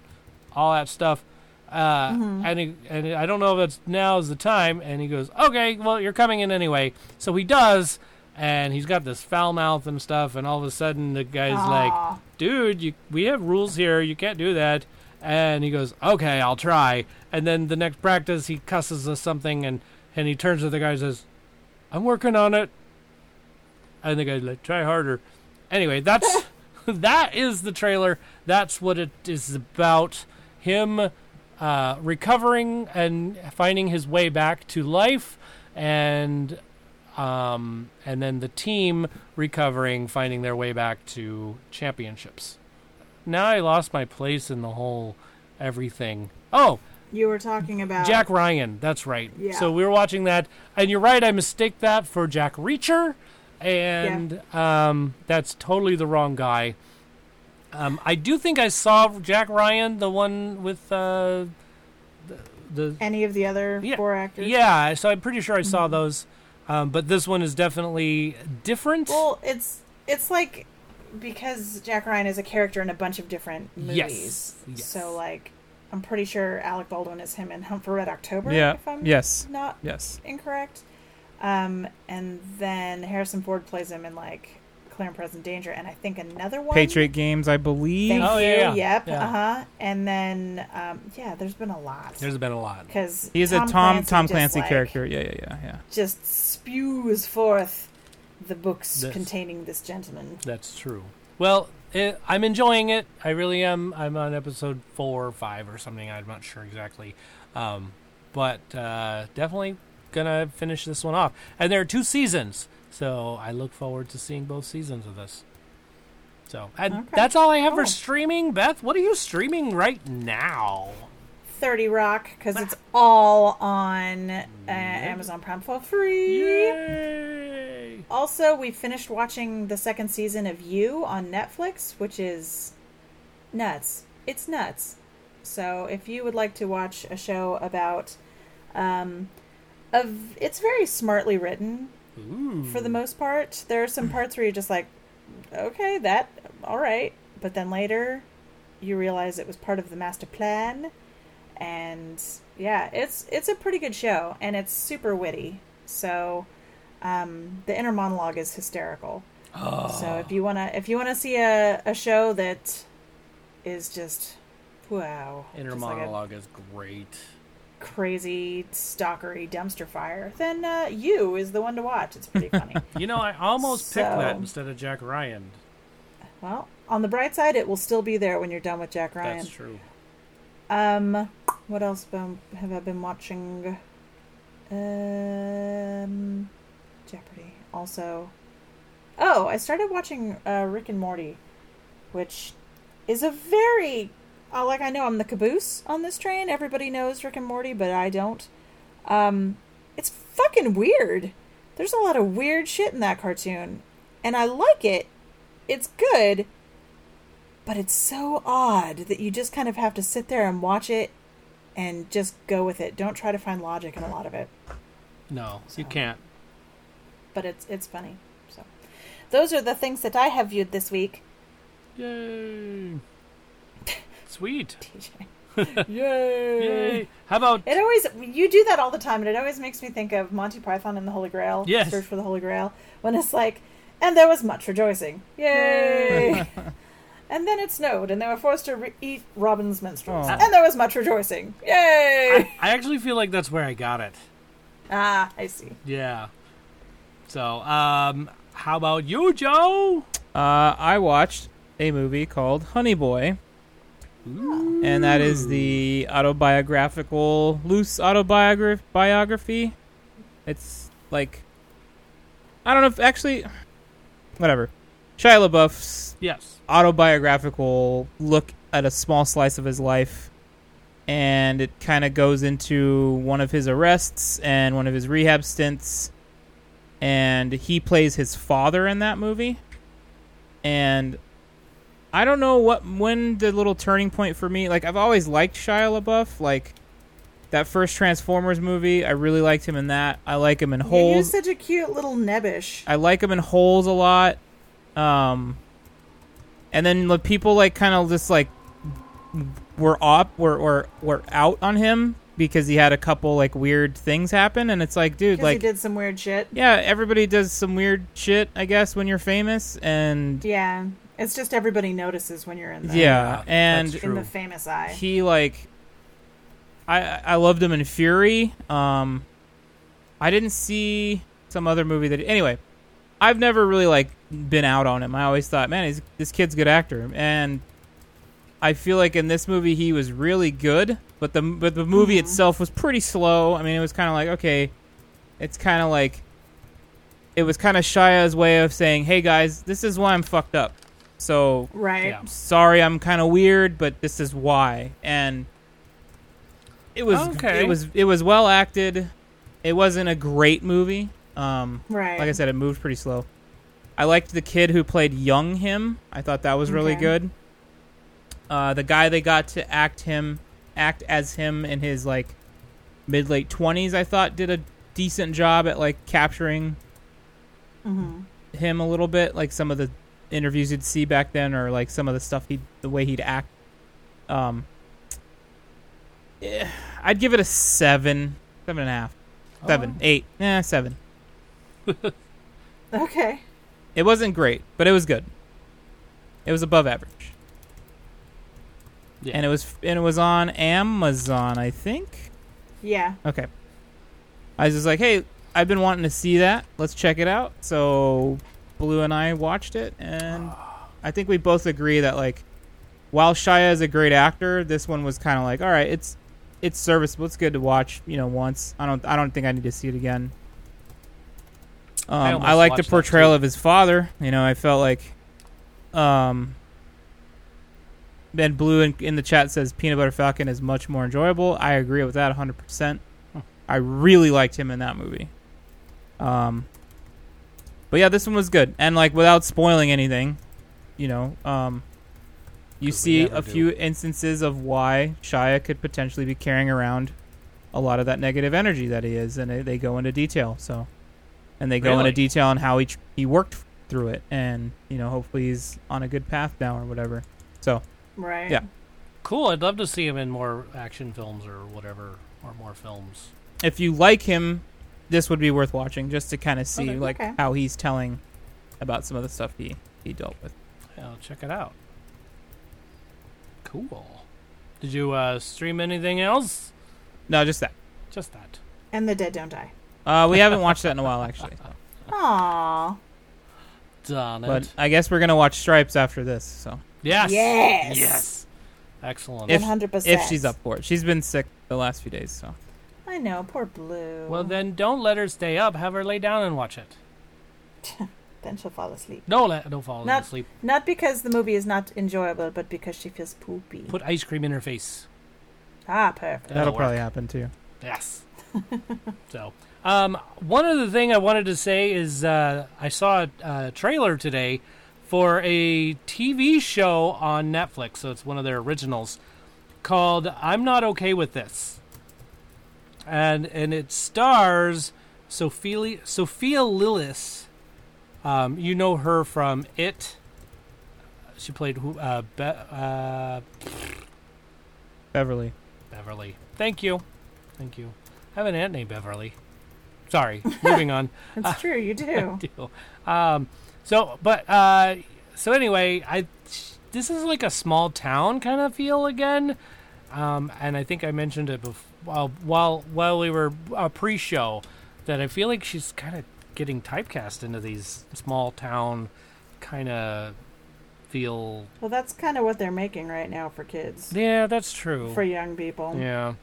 Speaker 2: all that stuff." Uh, And he, and I don't know if that's now is the time. And he goes, "Okay, well, you're coming in anyway." So he does, and he's got this foul mouth and stuff. And all of a sudden, the guy's like, "Dude, you, we have rules here. You can't do that." And he goes, "Okay, I'll try." And then the next practice, he cusses us something, and and he turns to the guy and says, "I'm working on it." And the guy's like, "Try harder." Anyway, that's that is the trailer. That's what it is about. Him uh, recovering and finding his way back to life, and um, and then the team recovering, finding their way back to championships. Now I lost my place in the whole everything. Oh,
Speaker 3: you were talking about
Speaker 2: Jack Ryan. That's right.
Speaker 3: Yeah.
Speaker 2: So we were watching that, and you're right. I mistake that for Jack Reacher, and um, that's totally the wrong guy. Um, I do think I saw Jack Ryan, the one with uh, the, the
Speaker 3: any of the other
Speaker 2: yeah,
Speaker 3: four actors.
Speaker 2: Yeah, so I'm pretty sure I
Speaker 3: Mm-hmm.
Speaker 2: saw those, um, but this one is definitely different.
Speaker 3: Well, it's it's like because Jack Ryan is a character in a bunch of different movies.
Speaker 2: Yes, yes.
Speaker 3: So like, I'm pretty sure Alec Baldwin is him in Hunt for Red October.
Speaker 4: Yeah.
Speaker 3: If I'm
Speaker 4: Yes.
Speaker 3: Not
Speaker 4: Yes.
Speaker 3: incorrect. Um, and then Harrison Ford plays him in like Clear and Present Danger, and I think another one.
Speaker 4: Patriot Games, I believe.
Speaker 3: Thank
Speaker 2: Oh,
Speaker 3: you.
Speaker 2: yeah, yeah,
Speaker 3: Yep.
Speaker 2: yeah.
Speaker 3: Uh huh. And then um, yeah, there's been a lot.
Speaker 2: There's been a lot.
Speaker 3: Because
Speaker 4: He's a Tom Tom
Speaker 3: just,
Speaker 4: Clancy
Speaker 3: like,
Speaker 4: character. Yeah, yeah, yeah, yeah.
Speaker 3: Just spews forth the books
Speaker 2: This.
Speaker 3: containing this gentleman.
Speaker 2: That's true. Well, it, I'm enjoying it. I really am. I'm on episode four or five or something. I'm not sure exactly. Um, but uh, definitely gonna finish this one off. And there are two seasons, so I look forward to seeing both seasons of this. So and that's all I have for
Speaker 3: Cool.
Speaker 2: streaming. Beth, what are you streaming right now?
Speaker 3: 30 Rock because it's all on uh, Amazon Prime for free.
Speaker 2: Yay!
Speaker 3: Also, we finished watching the second season of You on Netflix, which is nuts. It's nuts. So, if you would like to watch a show about, um, of it's very smartly written for
Speaker 2: Hmm.
Speaker 3: the most part. There
Speaker 2: <sighs>
Speaker 3: are some parts where you're just like, okay, that all right, but then later you realize it was part of the master plan, and yeah, it's it's a pretty good show, and it's super witty. So um, the inner monologue is hysterical. So
Speaker 2: Ah.
Speaker 3: if you wanna if you wanna see a, a show that is just wow
Speaker 2: <sighs> Inner
Speaker 3: just like a
Speaker 2: monologue is great.
Speaker 3: crazy stalkery dumpster fire, then uh, you is the
Speaker 2: <laughs>
Speaker 3: one to watch. It's pretty funny.
Speaker 2: You know, I almost picked that
Speaker 3: So-
Speaker 2: instead of Jack Ryan.
Speaker 3: well, On the bright side, it will still be there when you're done with Jack Ryan.
Speaker 2: That's true.
Speaker 3: Um, what else been, have I been watching? Um, Jeopardy. Also, oh, I started watching uh, Rick and Morty, which is a very uh, like I know I'm the caboose on this train. Everybody knows Rick and Morty, but I don't. Um, it's fucking weird. There's a lot of weird shit in that cartoon, and I like it. It's good but it's so odd that you just kind of have to sit there and watch it and just go with it. Don't try to find logic in a lot of it.
Speaker 2: No, you can't.
Speaker 3: But it's it's funny. So those are the things that I have viewed this week. <laughs>
Speaker 2: <laughs> Yay! Sweet.
Speaker 3: TJ.
Speaker 2: Yay! How about
Speaker 3: It always you do that all the time and it always makes me think of Monty Python and the Holy Grail.
Speaker 2: Yes.
Speaker 3: Search for the Holy Grail. When it's like and there was much rejoicing. Yay! <laughs>
Speaker 2: <laughs>
Speaker 3: and then it snowed and they were forced to re- eat Robin's minstrels.
Speaker 4: Aw.
Speaker 3: And there was much rejoicing. Yay!
Speaker 2: I actually feel like that's where I got it.
Speaker 3: ah, I see.
Speaker 2: Yeah. So, um, how about you, Joe?
Speaker 4: Uh, I watched a movie called Honey Boy. And that is the autobiographical, loose autobiography. Biography. It's like. I don't know if actually. Whatever. Shia LaBeouf's
Speaker 2: Yes.
Speaker 4: autobiographical look at a small slice of his life. And it kind of goes into one of his arrests and one of his rehab stints. And he plays his father in that movie. And I don't know what when the little turning point for me. Like I've always liked Shia LaBeouf. Like that first Transformers movie, I really liked him in that. I like him in
Speaker 3: Yeah, you're
Speaker 4: Holes.
Speaker 3: such a cute little nebbish.
Speaker 4: I like him in holes a lot. Um, and then the people like kind of just like were up, were, were were out on him because he had a couple like weird things happen, and it's like, dude,
Speaker 3: Because he
Speaker 4: like,
Speaker 3: did some weird shit.
Speaker 4: yeah, everybody does some weird shit, I guess, when you're famous, and
Speaker 3: Yeah. It's just everybody notices when you're in the,
Speaker 4: yeah,
Speaker 2: that's
Speaker 4: and
Speaker 2: true.
Speaker 3: in the famous eye.
Speaker 4: he like I I loved him in Fury. Um I didn't see some other movie that anyway, I've never really like been out on him. I always thought, man, he's, this kid's a good actor. And I feel like in this movie he was really good, but the but the movie itself was pretty slow. I mean, it was kind of like, okay, it's kind of like it was kind of Shia's way of saying, "Hey guys, this is why I'm fucked up." So,
Speaker 3: right.
Speaker 2: Yeah.
Speaker 4: sorry I'm kind of weird, but this is why. And it was
Speaker 2: Okay.
Speaker 4: it was it was well acted. It wasn't a great movie. Um,
Speaker 3: Right.
Speaker 4: Like I said, it moved pretty slow. I liked the kid who played young him. I thought that was really
Speaker 3: Okay.
Speaker 4: good. Uh, the guy they got to act him act as him in his like mid late twenties, I thought did a decent job at like capturing
Speaker 3: Mm-hmm.
Speaker 4: him a little bit, like some of the interviews you'd see back then, or like some of the stuff he, the way he'd act. Um, eh, I'd give it a seven, seven and a half, seven,
Speaker 3: Oh.
Speaker 4: eight, eh, seven.
Speaker 3: <laughs> Okay.
Speaker 4: It wasn't great, but it was good. It was above average,
Speaker 2: Yeah.
Speaker 4: and it was and it was on Amazon, I think.
Speaker 3: Yeah.
Speaker 4: Okay. I was just like, hey, I've been wanting to see that. Let's check it out. So Blue and I watched it, and I think we both agree that like, while Shia is a great actor, this one was kind of like, all right, it's it's serviceable. It's good to watch, you know, once. I don't I don't think I need to see it again.
Speaker 2: I
Speaker 4: Um,
Speaker 2: almost
Speaker 4: I, like the
Speaker 2: watched that,
Speaker 4: portrayal
Speaker 2: too.
Speaker 4: of his father. You know, I felt like, um, Ben Blue in, in the chat says Peanut Butter Falcon is much more enjoyable. I agree with that 100. percent I really liked him in that movie. Um, but yeah, this one was good, and like without spoiling anything, you know, um, you
Speaker 2: 'Cause we
Speaker 4: see
Speaker 2: never
Speaker 4: a
Speaker 2: do.
Speaker 4: few instances of why Shia could potentially be carrying around a lot of that negative energy that he is, and they, they go into detail. So, and they go
Speaker 2: Really?
Speaker 4: into detail on how he tr- he worked through it, and you know, hopefully he's on a good path now or whatever. So,
Speaker 3: Right.
Speaker 4: Yeah.
Speaker 2: cool. I'd love to see him in more action films or whatever, or more films.
Speaker 4: if you like him, this would be worth watching just to kind of see
Speaker 2: Okay.
Speaker 4: like
Speaker 3: Okay.
Speaker 4: how he's telling about some of the stuff he he dealt with.
Speaker 2: Yeah, I'll check it out. Cool. Did you uh, stream anything else?
Speaker 4: No, just that.
Speaker 2: Just that.
Speaker 3: And the dead don't die.
Speaker 2: <laughs>
Speaker 4: Uh, we haven't watched that in a while, actually.
Speaker 3: Aww.
Speaker 2: Darn it.
Speaker 4: But I guess we're gonna watch Stripes after this. So
Speaker 2: yes.
Speaker 3: Yes.
Speaker 2: Yes. Excellent.
Speaker 4: if
Speaker 3: 100%.
Speaker 4: if she's up for it, she's been sick the last few days. So
Speaker 3: I know, poor Blue.
Speaker 2: well, then don't let her stay up. Have her lay down and watch it.
Speaker 3: then she'll fall asleep.
Speaker 2: No, let don't fall
Speaker 3: Not
Speaker 2: asleep.
Speaker 3: not because the movie is not enjoyable, but because she feels poopy.
Speaker 2: Put ice cream in her face.
Speaker 3: ah,
Speaker 4: <laughs>
Speaker 3: perfect.
Speaker 4: that'll,
Speaker 2: work.
Speaker 4: probably happen too.
Speaker 2: Yes. <laughs> so, um, one other thing I wanted to say is uh, I saw a, a trailer today for a TV show on Netflix. So it's one of their originals called "I'm Not Okay with This," and and it stars Sophia Sophia Lillis. Um, you know her from It. She played who? Uh, Be- uh,
Speaker 4: Beverly,
Speaker 2: Beverly. Thank you. Thank you. I have an aunt named Beverly. Sorry. <laughs> Moving on.
Speaker 3: It's true, you
Speaker 4: <laughs>
Speaker 3: do.
Speaker 2: <laughs> Deal. Um, so, but uh, so anyway, I this is like a small town kind of feel again, um, and I think I mentioned it before while while while we were uh, pre-show that I feel like she's kind of getting typecast into these small town kind of feel.
Speaker 3: Well, that's kind of what they're making right now for kids,
Speaker 2: Yeah, that's true.
Speaker 3: for young people.
Speaker 2: Yeah,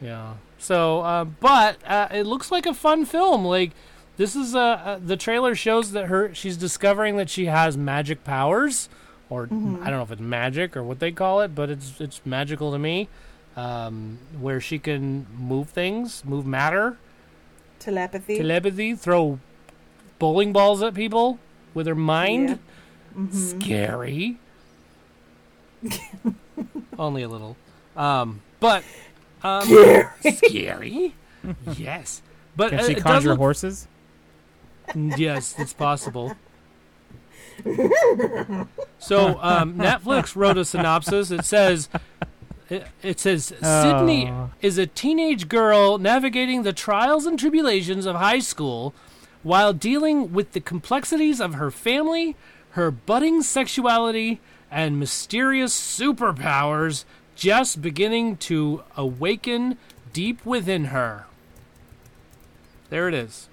Speaker 2: yeah. So, uh, but uh, it looks like a fun film. Like this is uh, uh, the trailer shows that her she's discovering that she has magic powers, or I don't know if it's magic or what they call it, but it's it's magical to me. Um, where she can move things, move matter,
Speaker 3: Telepathy.
Speaker 2: telepathy, throw bowling balls at people with her mind.
Speaker 3: Yeah.
Speaker 2: Scary. Only a little. Um, but um, <laughs> scary. <laughs> yes. But
Speaker 4: can
Speaker 2: uh,
Speaker 4: she
Speaker 2: it does
Speaker 4: conjure
Speaker 2: look-
Speaker 4: horses?
Speaker 2: Yes, it's possible. So um, Netflix wrote a synopsis. It says, it, it says Sydney
Speaker 4: Oh.
Speaker 2: is a teenage girl navigating the trials and tribulations of high school, while dealing with the complexities of her family, her budding sexuality, and mysterious superpowers just beginning to awaken deep within her. There it is.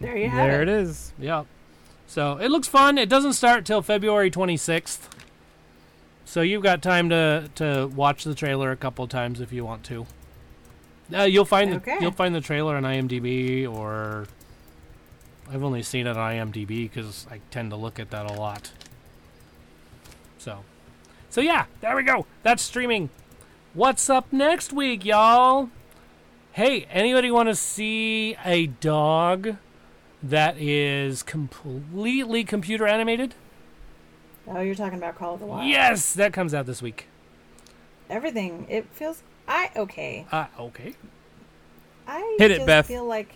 Speaker 3: There you have
Speaker 4: There
Speaker 3: it.
Speaker 4: it is.
Speaker 2: Yep. So it looks fun. It doesn't start till February 26th. So you've got time to, to watch the trailer a couple times if you want to. Uh, you'll find
Speaker 3: Okay.
Speaker 2: the, you'll find the trailer on IMDb or I've only seen it on IMDb because I tend to look at that a lot. So, so yeah, there we go. That's streaming. What's up next week, y'all? Hey, anybody want to see a dog that is completely computer animated?
Speaker 3: Oh, you're talking about Call of the Wild.
Speaker 2: Yes, that comes out this week.
Speaker 3: Everything. It feels. I okay.
Speaker 2: Uh, okay.
Speaker 3: I
Speaker 4: Hit it,
Speaker 3: just
Speaker 4: Beth.
Speaker 3: Feel like.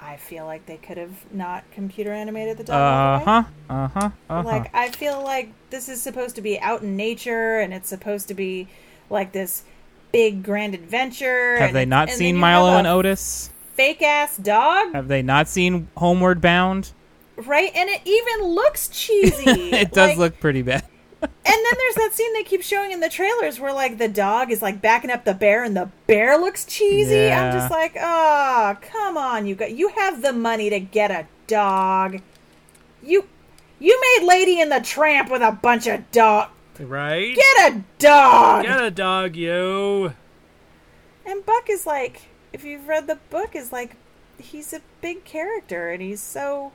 Speaker 3: I feel like they could have not computer animated the dog. all
Speaker 4: Uh
Speaker 3: the way.
Speaker 4: huh. Uh huh. Uh huh.
Speaker 3: Like I feel like this is supposed to be out in nature, and it's supposed to be like this big grand adventure.
Speaker 4: Have
Speaker 3: and
Speaker 4: they
Speaker 3: it's-
Speaker 4: not
Speaker 3: and
Speaker 4: seen
Speaker 3: then you
Speaker 4: Milo
Speaker 3: have
Speaker 4: and
Speaker 3: a
Speaker 4: Otis?
Speaker 3: Fake ass dog,
Speaker 4: Have they not seen Homeward Bound? <laughs>
Speaker 3: right? And it even looks cheesy.
Speaker 4: It does
Speaker 3: Like,
Speaker 4: look pretty bad.
Speaker 3: And then there's that scene they keep showing in the trailers where like the dog is like backing up the bear, and the bear looks cheesy.
Speaker 4: Yeah.
Speaker 3: I'm just like, oh, come on, you got you have the money to get a dog. You you made Lady and the Tramp with a bunch of dog.
Speaker 2: Right?
Speaker 3: Get a dog.
Speaker 2: Get a dog, you.
Speaker 3: And Buck is like, if you've read the book, is like, he's a big character and he's so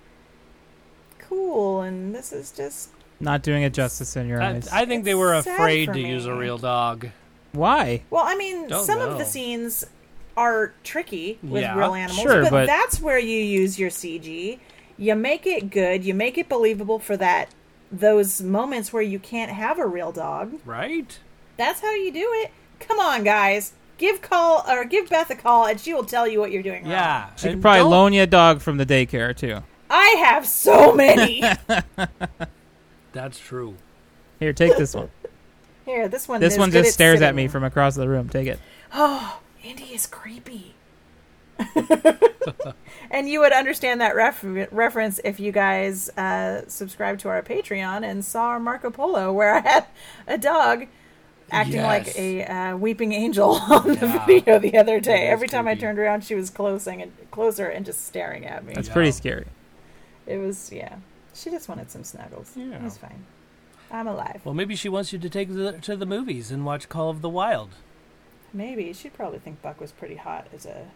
Speaker 3: cool. And this is just
Speaker 4: Not doing it justice in your
Speaker 2: I,
Speaker 4: eyes.
Speaker 2: I think they
Speaker 3: It's
Speaker 2: were
Speaker 3: sad
Speaker 2: afraid
Speaker 3: for
Speaker 2: to use a
Speaker 3: me.
Speaker 2: real dog.
Speaker 4: Why?
Speaker 3: well, I mean,
Speaker 2: Don't
Speaker 3: some of
Speaker 2: know.
Speaker 3: the scenes are tricky with
Speaker 2: Yeah.
Speaker 3: real animals,
Speaker 4: Sure,
Speaker 3: but,
Speaker 4: but-
Speaker 3: that's where you use your CG. You make it good. You make it believable for that those moments where you can't have a real dog.
Speaker 2: Right?
Speaker 3: That's how you do it. Come on, guys. Give call or give Beth a call, and she will tell you what you're doing. wrong.
Speaker 2: Yeah.
Speaker 4: She could
Speaker 2: and
Speaker 4: probably
Speaker 2: don't-
Speaker 4: loan you a dog from the daycare too.
Speaker 3: I have so
Speaker 4: <laughs>
Speaker 3: many.
Speaker 2: That's true.
Speaker 4: Here, take this
Speaker 3: <laughs>
Speaker 4: one.
Speaker 3: Here, this one.
Speaker 4: This
Speaker 3: is
Speaker 4: one
Speaker 3: good
Speaker 4: just stares at me
Speaker 3: sitting.
Speaker 4: from across the room. Take it.
Speaker 3: Oh, Indy
Speaker 2: <laughs>
Speaker 3: is creepy. and you would understand that ref- reference if you guys uh, subscribed to our Patreon and saw our Marco Polo, where <laughs> I had a dog acting like
Speaker 2: Yes.
Speaker 3: a uh, weeping angel <laughs> on the
Speaker 2: Yeah.
Speaker 3: video the other day.
Speaker 2: is
Speaker 3: Every time I
Speaker 2: creepy.
Speaker 3: turned around, she was closing and closer and just staring at me.
Speaker 4: That's pretty scary.
Speaker 3: It was yeah. She just wanted some snuggles.
Speaker 2: Yeah.
Speaker 3: It's fine. I'm alive.
Speaker 2: Well, maybe she wants you to take the, to the movies and watch Call of the Wild.
Speaker 3: Maybe. She'd probably think Buck was pretty hot as a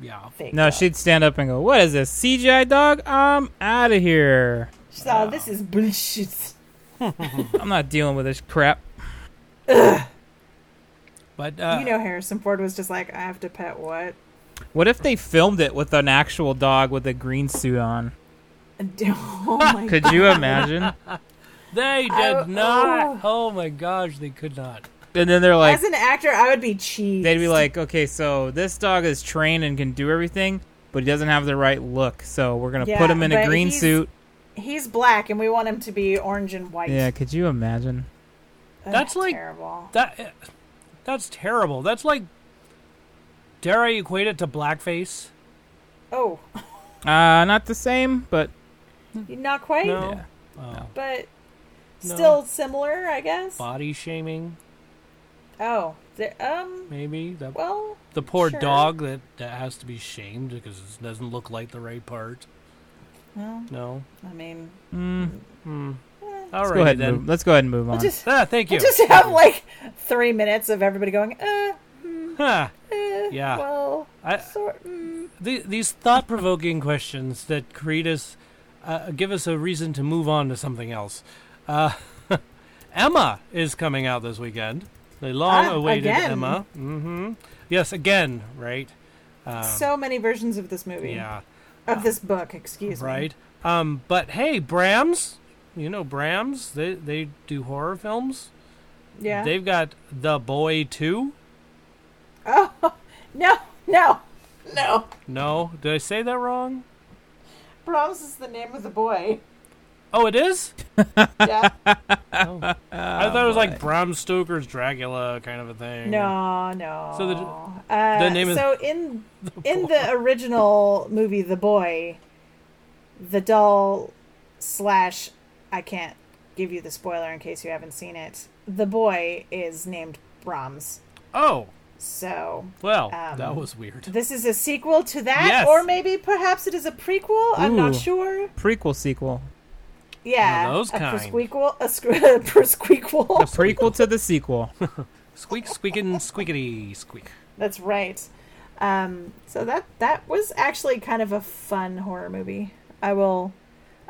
Speaker 2: Yeah.
Speaker 3: fake.
Speaker 4: No,
Speaker 3: dog.
Speaker 4: she'd stand up and go, "What is this CGI dog? I'm out of here.
Speaker 3: She thought, "Oh, this is bullshit.
Speaker 4: I'm not dealing with this crap."
Speaker 2: But uh,
Speaker 3: you know, Harrison Ford was just like, I have to pet what? <laughs>
Speaker 4: What if they filmed it with an actual dog with a green suit on?
Speaker 3: oh my
Speaker 4: Could you
Speaker 3: <laughs>
Speaker 4: imagine?
Speaker 2: they did
Speaker 3: I-
Speaker 2: not. Oh my gosh, they could not.
Speaker 4: and then they're like,
Speaker 3: As an actor, I would be cheesed.
Speaker 4: they'd be like, "Okay, so this dog is trained and can do everything, but he doesn't have the right look. So we're gonna put
Speaker 3: Yeah,
Speaker 4: him in a
Speaker 3: but
Speaker 4: green
Speaker 3: he's-
Speaker 4: suit."
Speaker 3: he's black and we want him to be orange and white.
Speaker 4: Yeah, could you imagine?
Speaker 3: Ugh,
Speaker 2: That's like-
Speaker 3: terrible.
Speaker 2: That eh, that's terrible. That's like dare I equate it to blackface?
Speaker 3: Oh,
Speaker 4: Uh, not the same, but
Speaker 3: not quite,
Speaker 2: No.
Speaker 4: Yeah.
Speaker 2: Oh.
Speaker 3: but
Speaker 2: No.
Speaker 3: still similar, I guess.
Speaker 2: Body shaming,
Speaker 3: Oh, there, um,
Speaker 2: maybe. That,
Speaker 3: well,
Speaker 2: the poor
Speaker 3: sure.
Speaker 2: dog that, that has to be shamed because it doesn't look like the right part.
Speaker 3: well,
Speaker 2: No.
Speaker 3: I mean,
Speaker 2: All
Speaker 4: let's go ahead.
Speaker 2: right
Speaker 4: And
Speaker 2: then.
Speaker 4: move, let's go ahead and move on.
Speaker 3: just
Speaker 2: Ah, thank you.
Speaker 3: we'll <laughs> just have like three minutes of everybody going, uh,
Speaker 2: Huh.
Speaker 3: uh
Speaker 2: Yeah.
Speaker 3: well,
Speaker 2: I,
Speaker 3: sort, mm.
Speaker 2: the, these thought-provoking questions that create us uh, give us a reason to move on to something else. Uh, <laughs> Emma is coming out this weekend. The long-awaited
Speaker 3: Ah, again.
Speaker 2: Emma. hmm Yes, again, right?
Speaker 4: Um,
Speaker 3: so many versions of this movie,
Speaker 2: Yeah,
Speaker 3: of this book, excuse
Speaker 2: right. Um, but hey, Brams, you know Brams, they they do horror films.
Speaker 3: me. Yeah.
Speaker 2: They've got The Boy Two.
Speaker 3: No, no, no.
Speaker 2: No, did I say that wrong?
Speaker 3: Brahms is the name of the boy.
Speaker 2: <laughs> Oh, it is.
Speaker 3: Yeah. Oh,
Speaker 2: I thought it was like Bram Stoker's Dracula kind of a thing.
Speaker 3: No, no.
Speaker 2: So the-
Speaker 3: uh,
Speaker 2: the name is-
Speaker 3: so
Speaker 2: <laughs>
Speaker 3: in in the original movie, The Boy, the doll slash I can't give you the spoiler in case you haven't seen it. The boy is named Brahms.
Speaker 2: Oh,
Speaker 3: So
Speaker 2: well,
Speaker 3: Um,
Speaker 2: that was weird.
Speaker 3: this is a sequel to that,
Speaker 2: Yes.
Speaker 3: or maybe perhaps it is a prequel. I'm not
Speaker 4: Ooh.
Speaker 3: sure.
Speaker 4: prequel sequel,
Speaker 3: Yeah,
Speaker 2: One of those
Speaker 3: a
Speaker 2: kind.
Speaker 3: presquequel, a, squ- <laughs> a presquequel.
Speaker 4: prequel to the
Speaker 3: <laughs>
Speaker 4: sequel.
Speaker 2: Squeak, squeakin', squeakity, squeak.
Speaker 3: That's right. Um, so that that was actually kind of a fun horror movie. I will,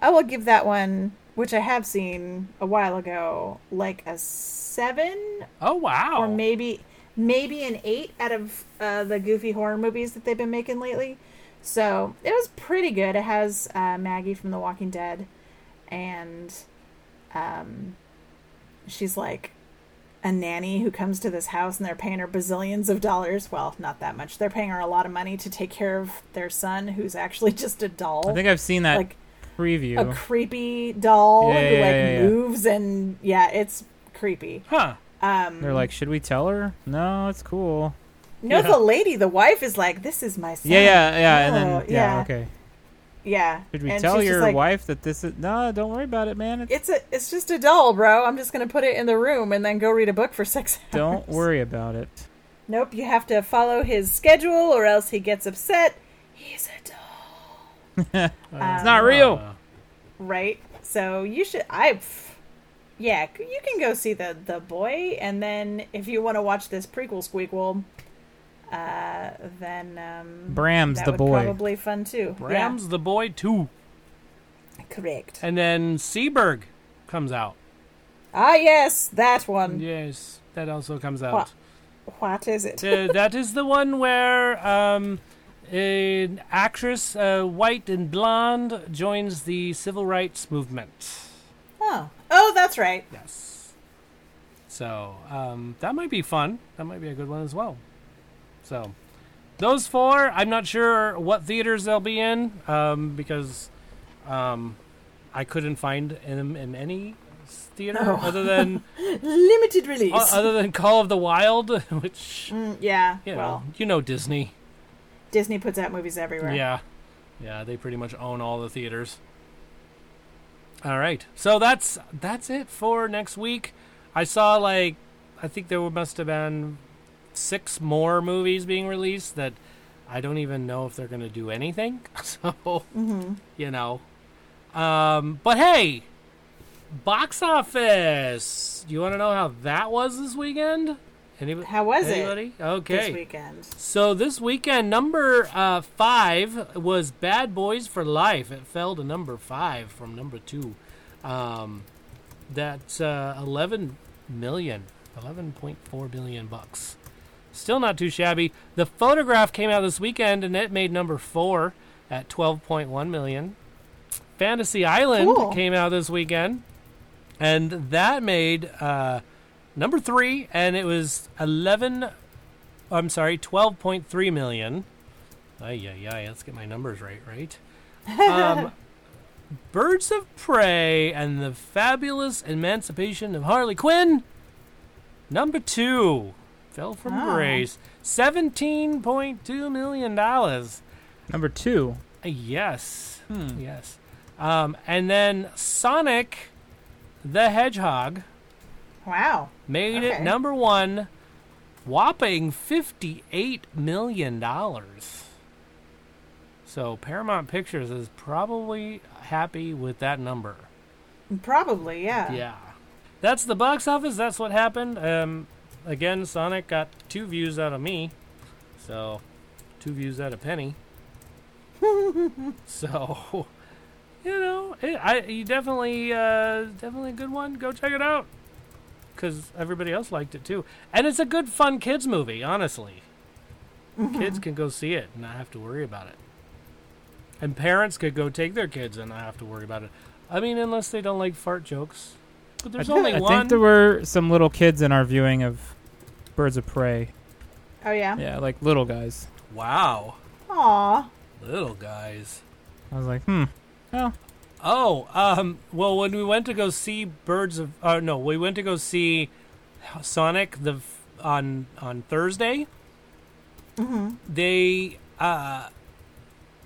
Speaker 3: I will give that one, which I have seen a while ago, like a seven
Speaker 2: Oh wow!
Speaker 3: or maybe maybe an eight out of uh, the goofy horror movies that they've been making lately. So it was pretty good. It has uh, Maggie from The Walking Dead, and um, she's like a nanny who comes to this house and they're paying her bazillions of dollars. Well, not that much. They're paying her a lot of money to take care of their son, who's actually <laughs> just a doll.
Speaker 4: I think I've seen that
Speaker 3: like a
Speaker 4: preview.
Speaker 3: creepy doll
Speaker 4: Yeah,
Speaker 3: who
Speaker 4: yeah,
Speaker 3: like
Speaker 4: yeah, yeah.
Speaker 3: moves and yeah, it's creepy.
Speaker 2: huh?
Speaker 3: Um,
Speaker 4: They're like, should we tell her? No, it's cool.
Speaker 3: No,
Speaker 2: Yeah.
Speaker 3: the lady, the wife, is like, "This is my son."
Speaker 4: Yeah, yeah, yeah. And
Speaker 3: No,
Speaker 4: then yeah,
Speaker 3: yeah.
Speaker 4: okay.
Speaker 3: yeah.
Speaker 4: Should we
Speaker 3: And
Speaker 4: tell
Speaker 3: she's just
Speaker 4: your
Speaker 3: like,
Speaker 4: wife that this is? No, don't worry about it, man. It's,
Speaker 3: It's a, it's just a doll, bro. I'm just gonna put it in the room and then go read a book for six <laughs> hours.
Speaker 4: don't worry about it.
Speaker 3: Nope, you have to follow his schedule, or else he gets upset. He's a doll,
Speaker 4: It's not real.
Speaker 2: Uh,
Speaker 3: right? So you should, I, pff, yeah, c- you can go see the the boy, and then if you want to watch this prequel squeakquel, uh, then um,
Speaker 4: Bram's
Speaker 3: that
Speaker 4: the
Speaker 3: would
Speaker 4: boy.
Speaker 3: probably fun too. Yeah,
Speaker 2: Bram's the boy too,
Speaker 3: correct.
Speaker 2: and then Seberg comes out.
Speaker 3: Ah, yes, that one.
Speaker 2: Yes, that also comes out.
Speaker 3: What? What is it?
Speaker 2: Uh, that is the one where um, an actress, uh, white and blonde, joins the civil rights movement.
Speaker 3: Oh, oh, that's right.
Speaker 2: Yes. So um, that might be fun. That might be a good one as well. So those four, I'm not sure what theaters they'll be in um, because um, I couldn't find them in any s- theater
Speaker 3: Oh.
Speaker 2: other
Speaker 3: <laughs>
Speaker 2: than
Speaker 3: Limited release.
Speaker 2: o- Uh, other than Call of the Wild, <laughs> which
Speaker 3: Mm, yeah.
Speaker 2: you know,
Speaker 3: well,
Speaker 2: you know Disney.
Speaker 3: Disney puts out movies everywhere.
Speaker 2: Yeah. Yeah, they pretty much own all the theaters. All right. So that's that's it for next week. I saw like I think there must have been six more movies being released that <laughs>
Speaker 3: Mm-hmm.
Speaker 2: I don't even know if they're going to do anything. So, you know, Um, but hey, box office. You want to know how that was this weekend? Anybody?
Speaker 3: How was it
Speaker 2: anybody? Okay.
Speaker 3: this weekend.
Speaker 2: So this weekend, number uh, five was Bad Boys for Life. It fell to number five from number two. Um, that's uh, 11 million, 11.4 billion bucks. Still not too shabby. The photograph came out this weekend and it made number four at 12.1 million. Fantasy Island
Speaker 3: Cool.
Speaker 2: came out this weekend and that made uh, number three and it was 11 I'm sorry, 12.3 million. Ay, ay, ay, let's get my numbers right, right? Um, Birds of Prey and the Fabulous Emancipation of Harley Quinn, number two, fell from
Speaker 3: Oh.
Speaker 2: grace. $17.2 million. dollars.
Speaker 4: Number two.
Speaker 2: Uh, Yes. Yes. Um, and then Sonic the Hedgehog
Speaker 3: Wow.
Speaker 2: made it
Speaker 3: Okay.
Speaker 2: number one, whopping fifty-eight million dollars. So Paramount Pictures is probably happy with that number.
Speaker 3: Probably, yeah.
Speaker 2: Yeah, that's the box office. That's what happened. Um, again, Sonic got two views out of me, so two views out of Penny. so, you know, it, I you definitely uh, definitely a good one. Go check it out because everybody else liked it too, and it's a good, fun kids movie. Honestly,
Speaker 4: Mm-hmm.
Speaker 2: kids can go see it and not have to worry about it. And parents could go take their kids and not have to worry about it. I mean, unless they don't like fart jokes. But there's only
Speaker 4: I
Speaker 2: one.
Speaker 4: think there were some little kids in our viewing of Birds of Prey.
Speaker 3: Oh yeah.
Speaker 4: Yeah, like little guys.
Speaker 2: Wow.
Speaker 3: Aw.
Speaker 2: Little guys.
Speaker 4: I was like, hmm. Well,
Speaker 2: Oh, um, well, when we went to go see Birds of, uh, no, we went to go see Sonic the f- on on Thursday. They uh,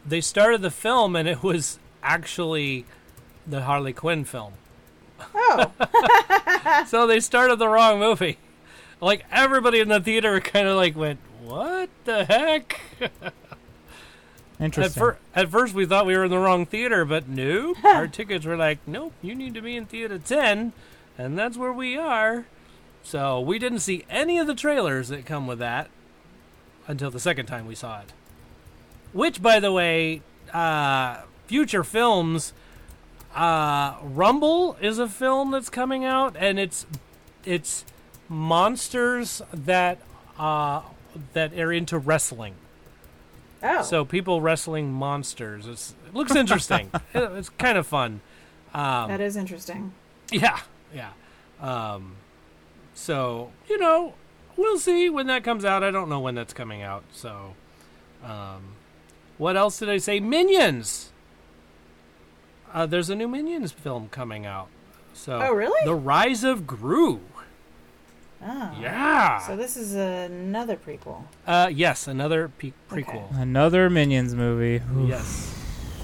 Speaker 2: they started the film, and it was actually the Harley Quinn film.
Speaker 3: Oh.
Speaker 2: <laughs> So they started the wrong movie. Like everybody in the theater <laughs> kind of like went, "What the heck?" At,
Speaker 4: interesting.
Speaker 2: fir- at first, we thought we were in the wrong theater, but nope. Our tickets were like, nope, you need to be in theater 10, and that's where we are. So we didn't see any of the trailers that come with that until the second time we saw it. Which, by the way, uh, future films, uh, Rumble is a film that's coming out, and it's it's monsters that uh, that are into wrestling.
Speaker 3: Oh.
Speaker 2: So people wrestling monsters. It's, it looks interesting. It- it's kind of fun. um,
Speaker 3: that is interesting.
Speaker 2: Yeah, yeah. Um, so you know, we'll see when that comes out. I don't know when that's coming out. So, um, what else did I say? Minions. Uh, there's a new Minions film coming out. So,
Speaker 3: Oh, really?
Speaker 2: The Rise of Gru.
Speaker 3: Oh.
Speaker 2: Yeah.
Speaker 3: So this is another prequel.
Speaker 2: uh, yes, another pe- prequel.
Speaker 4: Another Minions movie. Oof.
Speaker 2: Yes.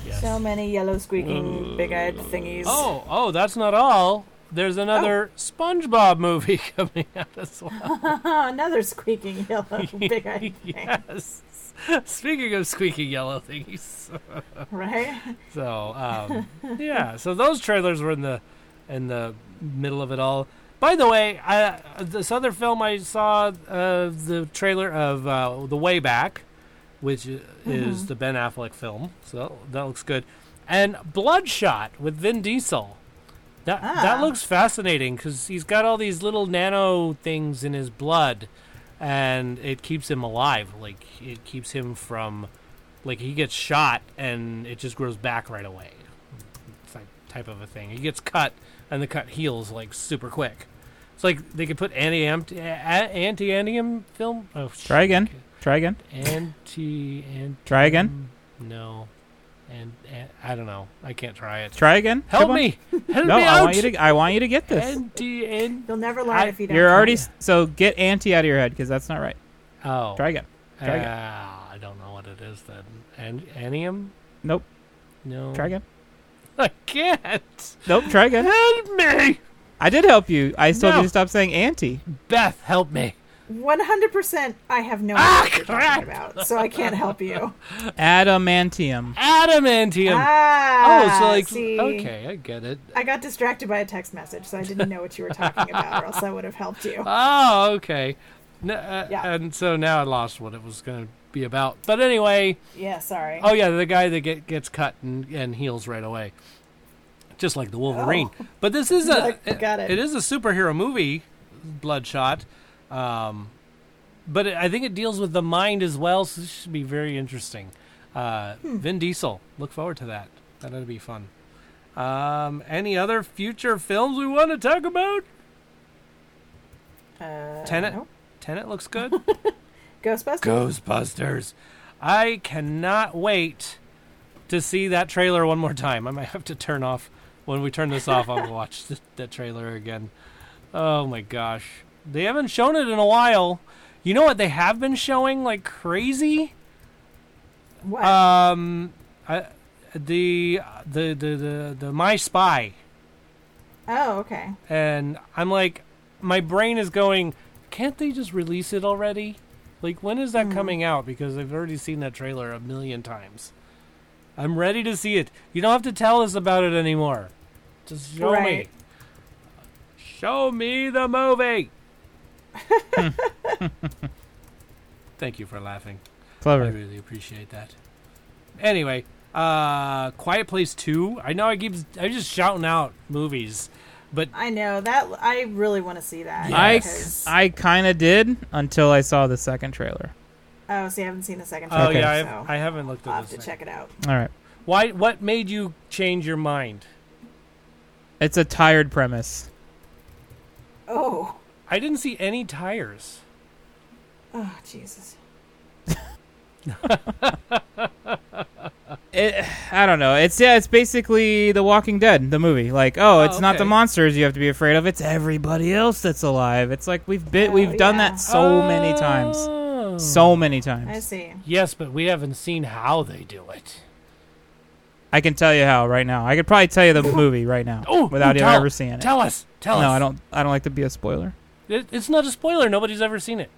Speaker 2: Yes.
Speaker 3: So many yellow squeaking big-eyed thingies.
Speaker 2: Uh, Oh, oh, that's not all. There's another SpongeBob movie <laughs> coming out as well.
Speaker 3: <laughs> another squeaking
Speaker 2: <laughs>
Speaker 3: <laughs> yellow big-eyed thing,
Speaker 2: yes. Speaking of squeaky yellow things, <laughs>
Speaker 3: right?
Speaker 2: so um, yeah, so those trailers were in the in the middle of it all. By the way, I, uh, this other film I saw uh, the trailer of uh, The Way Back, which i- is the Ben Affleck film, so that looks good, and Bloodshot with Vin Diesel. That that looks fascinating because he's got all these little nano things in his blood, and it keeps him alive. Like it keeps him from, like he gets shot and it just grows back right away. It's like type of a thing. He gets cut and the cut heals like super quick. It's like they could put anti anti antium film. Oh,
Speaker 4: Try again. Try again.
Speaker 2: Anti anti.
Speaker 4: Try again.
Speaker 2: No, and, and I don't know. I can't try it.
Speaker 4: Try again.
Speaker 2: Help
Speaker 4: Come on. <laughs>
Speaker 2: me! Help
Speaker 4: No,
Speaker 2: me
Speaker 4: I
Speaker 2: out!
Speaker 4: want you to. I want you to get this.
Speaker 2: Anti and
Speaker 3: You'll never learn
Speaker 2: I-
Speaker 3: if you don't.
Speaker 4: You're
Speaker 3: try.
Speaker 4: already s- so get anti out of your head because that's not right.
Speaker 2: oh.
Speaker 4: Try again. Try again.
Speaker 2: Ah, I don't know what it is then. An- anium?
Speaker 4: Nope.
Speaker 2: No.
Speaker 4: Try again.
Speaker 2: I can't.
Speaker 4: Nope. Try again.
Speaker 2: Help me,
Speaker 4: I did help you. I just told
Speaker 2: No.
Speaker 4: you to stop saying anti.
Speaker 2: Beth. Help me.
Speaker 3: 100% I have no
Speaker 2: Ah,
Speaker 3: idea what you're talking about, so I can't
Speaker 2: <laughs>
Speaker 3: help
Speaker 2: Um,
Speaker 3: you.
Speaker 4: Adamantium.
Speaker 2: Adamantium.
Speaker 3: Ah,
Speaker 2: oh, so like
Speaker 3: see,
Speaker 2: okay, I get it.
Speaker 3: I got distracted by a text message, so I didn't know what you were talking about, or else I would have
Speaker 2: <laughs>
Speaker 3: helped you.
Speaker 2: Oh, okay. N- uh,
Speaker 3: Yeah.
Speaker 2: And so now I lost what it was going to be about. But anyway,
Speaker 3: Yeah, sorry.
Speaker 2: oh yeah, the guy that get, gets cut and, and heals right away, just like the Wolverine. But this is a
Speaker 3: Oh. I got it.
Speaker 2: It is a superhero movie, Bloodshot. Um, but it, I think it deals with the mind as well, so this should be very interesting. Uh,
Speaker 3: Hmm.
Speaker 2: Vin Diesel, look forward to that. That'll be fun. Um, any other future films we want to talk about?
Speaker 3: Uh,
Speaker 2: Tenet.
Speaker 3: nope.
Speaker 2: Tenet looks
Speaker 3: <laughs>
Speaker 2: good.
Speaker 3: Ghostbusters?
Speaker 2: Ghostbusters. I cannot wait to see that trailer one more time. I might have to turn off when we turn this off. I'll watch the, that trailer again. Oh my gosh, they haven't shown it in a while. You know what they have been showing like crazy?
Speaker 3: What?
Speaker 2: Um, I, the the the the the My Spy
Speaker 3: oh, okay.
Speaker 2: and I'm like, my brain is going, can't they just release it already? Like, when is that coming out? Because I've already seen that trailer a million times. I'm ready to see it. You don't have to tell us about it anymore. Just show
Speaker 3: Right.
Speaker 2: me. Show me the movie. Thank you for laughing. I
Speaker 4: Clever.
Speaker 2: really appreciate that. Anyway, uh Quiet Place 2. I know I keep I'm just shouting out movies, but
Speaker 3: I know that I really want to see that.
Speaker 4: I
Speaker 3: because-
Speaker 4: I kind of did until I saw the second trailer.
Speaker 3: oh, see, I haven't seen the second.
Speaker 2: Oh
Speaker 3: trailer,
Speaker 2: yeah,
Speaker 3: so
Speaker 2: I've, I haven't looked
Speaker 3: I'll
Speaker 2: at
Speaker 3: have
Speaker 2: this.
Speaker 3: to
Speaker 2: thing.
Speaker 3: check it out.
Speaker 4: All right.
Speaker 2: Why? What made you change your mind?
Speaker 4: It's a tired premise.
Speaker 3: Oh,
Speaker 2: I didn't see any tires.
Speaker 3: oh Jesus!
Speaker 4: It, I don't know. It's yeah. It's basically The Walking Dead, the movie. Like, oh, it's not the
Speaker 2: okay.
Speaker 4: monsters you have to be afraid of. It's everybody else that's alive. It's like we've bit,
Speaker 3: Oh,
Speaker 4: we've done
Speaker 3: yeah.
Speaker 4: that so many times,
Speaker 2: Oh.
Speaker 4: so many
Speaker 3: I
Speaker 4: times.
Speaker 3: see.
Speaker 2: Yes, but we haven't seen how they do it.
Speaker 4: I can tell you how right now. I could probably tell you the movie right now
Speaker 2: Oh,
Speaker 4: without
Speaker 2: tell,
Speaker 4: you ever seeing it.
Speaker 2: Tell us. Tell
Speaker 4: no,
Speaker 2: us.
Speaker 4: I don't. I don't like to be a spoiler,
Speaker 2: It, it's not a spoiler. Nobody's ever seen it.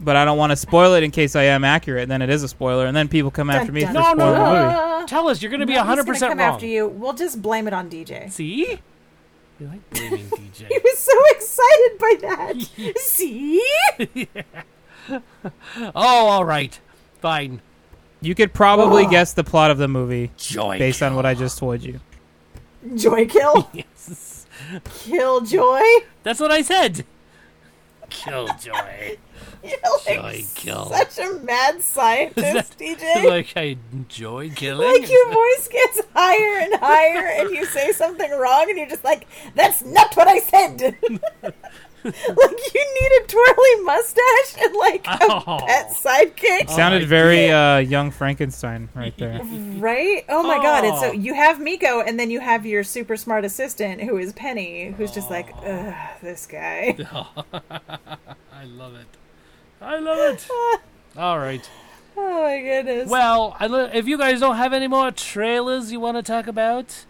Speaker 4: but I don't want to spoil it in case I am accurate. Then it is a spoiler, and then people come after me for
Speaker 3: dun,
Speaker 4: spoiling
Speaker 2: no,
Speaker 4: the
Speaker 2: no.
Speaker 4: movie.
Speaker 2: <laughs>
Speaker 3: Uh,
Speaker 2: Tell us. You're going to be
Speaker 3: he's Oh, gonna
Speaker 2: 100 percent
Speaker 3: come
Speaker 2: wrong.
Speaker 3: after you. We'll just blame it on DJ.
Speaker 2: See? We like blaming DJ.
Speaker 3: <laughs> He was so excited by that. see?
Speaker 2: <laughs> oh, all right. Fine.
Speaker 4: You could probably guess the plot of the movie
Speaker 2: Joy.
Speaker 4: based on what I just told you.
Speaker 3: Joy kill.
Speaker 2: <laughs> Yes.
Speaker 3: kill joy. <laughs>
Speaker 2: That's what I said.
Speaker 3: <laughs>
Speaker 2: Killjoy.
Speaker 3: You're like
Speaker 2: Joy kill.
Speaker 3: such a
Speaker 2: <laughs>
Speaker 3: mad scientist, DJ. Like,
Speaker 2: like I enjoy killing.
Speaker 3: your voice gets higher and higher, and you say something wrong, and you're just like, "That's not what I said." <laughs> like you need a twirly mustache and like a
Speaker 2: Oh.
Speaker 3: pet sidekick,
Speaker 4: Sounded very uh, young Frankenstein right
Speaker 2: <laughs>
Speaker 4: there.
Speaker 3: right? Oh my god! It's so
Speaker 2: Oh.
Speaker 3: you have Miko, and then you have your super smart assistant, who is Penny, who's just like,
Speaker 2: Oh.
Speaker 3: "Ugh, this guy."
Speaker 2: I love it. I love
Speaker 3: <laughs>
Speaker 2: it. All right.
Speaker 3: <laughs> Oh my goodness!
Speaker 2: Well, I lo- if you guys don't have any more trailers you want to talk about,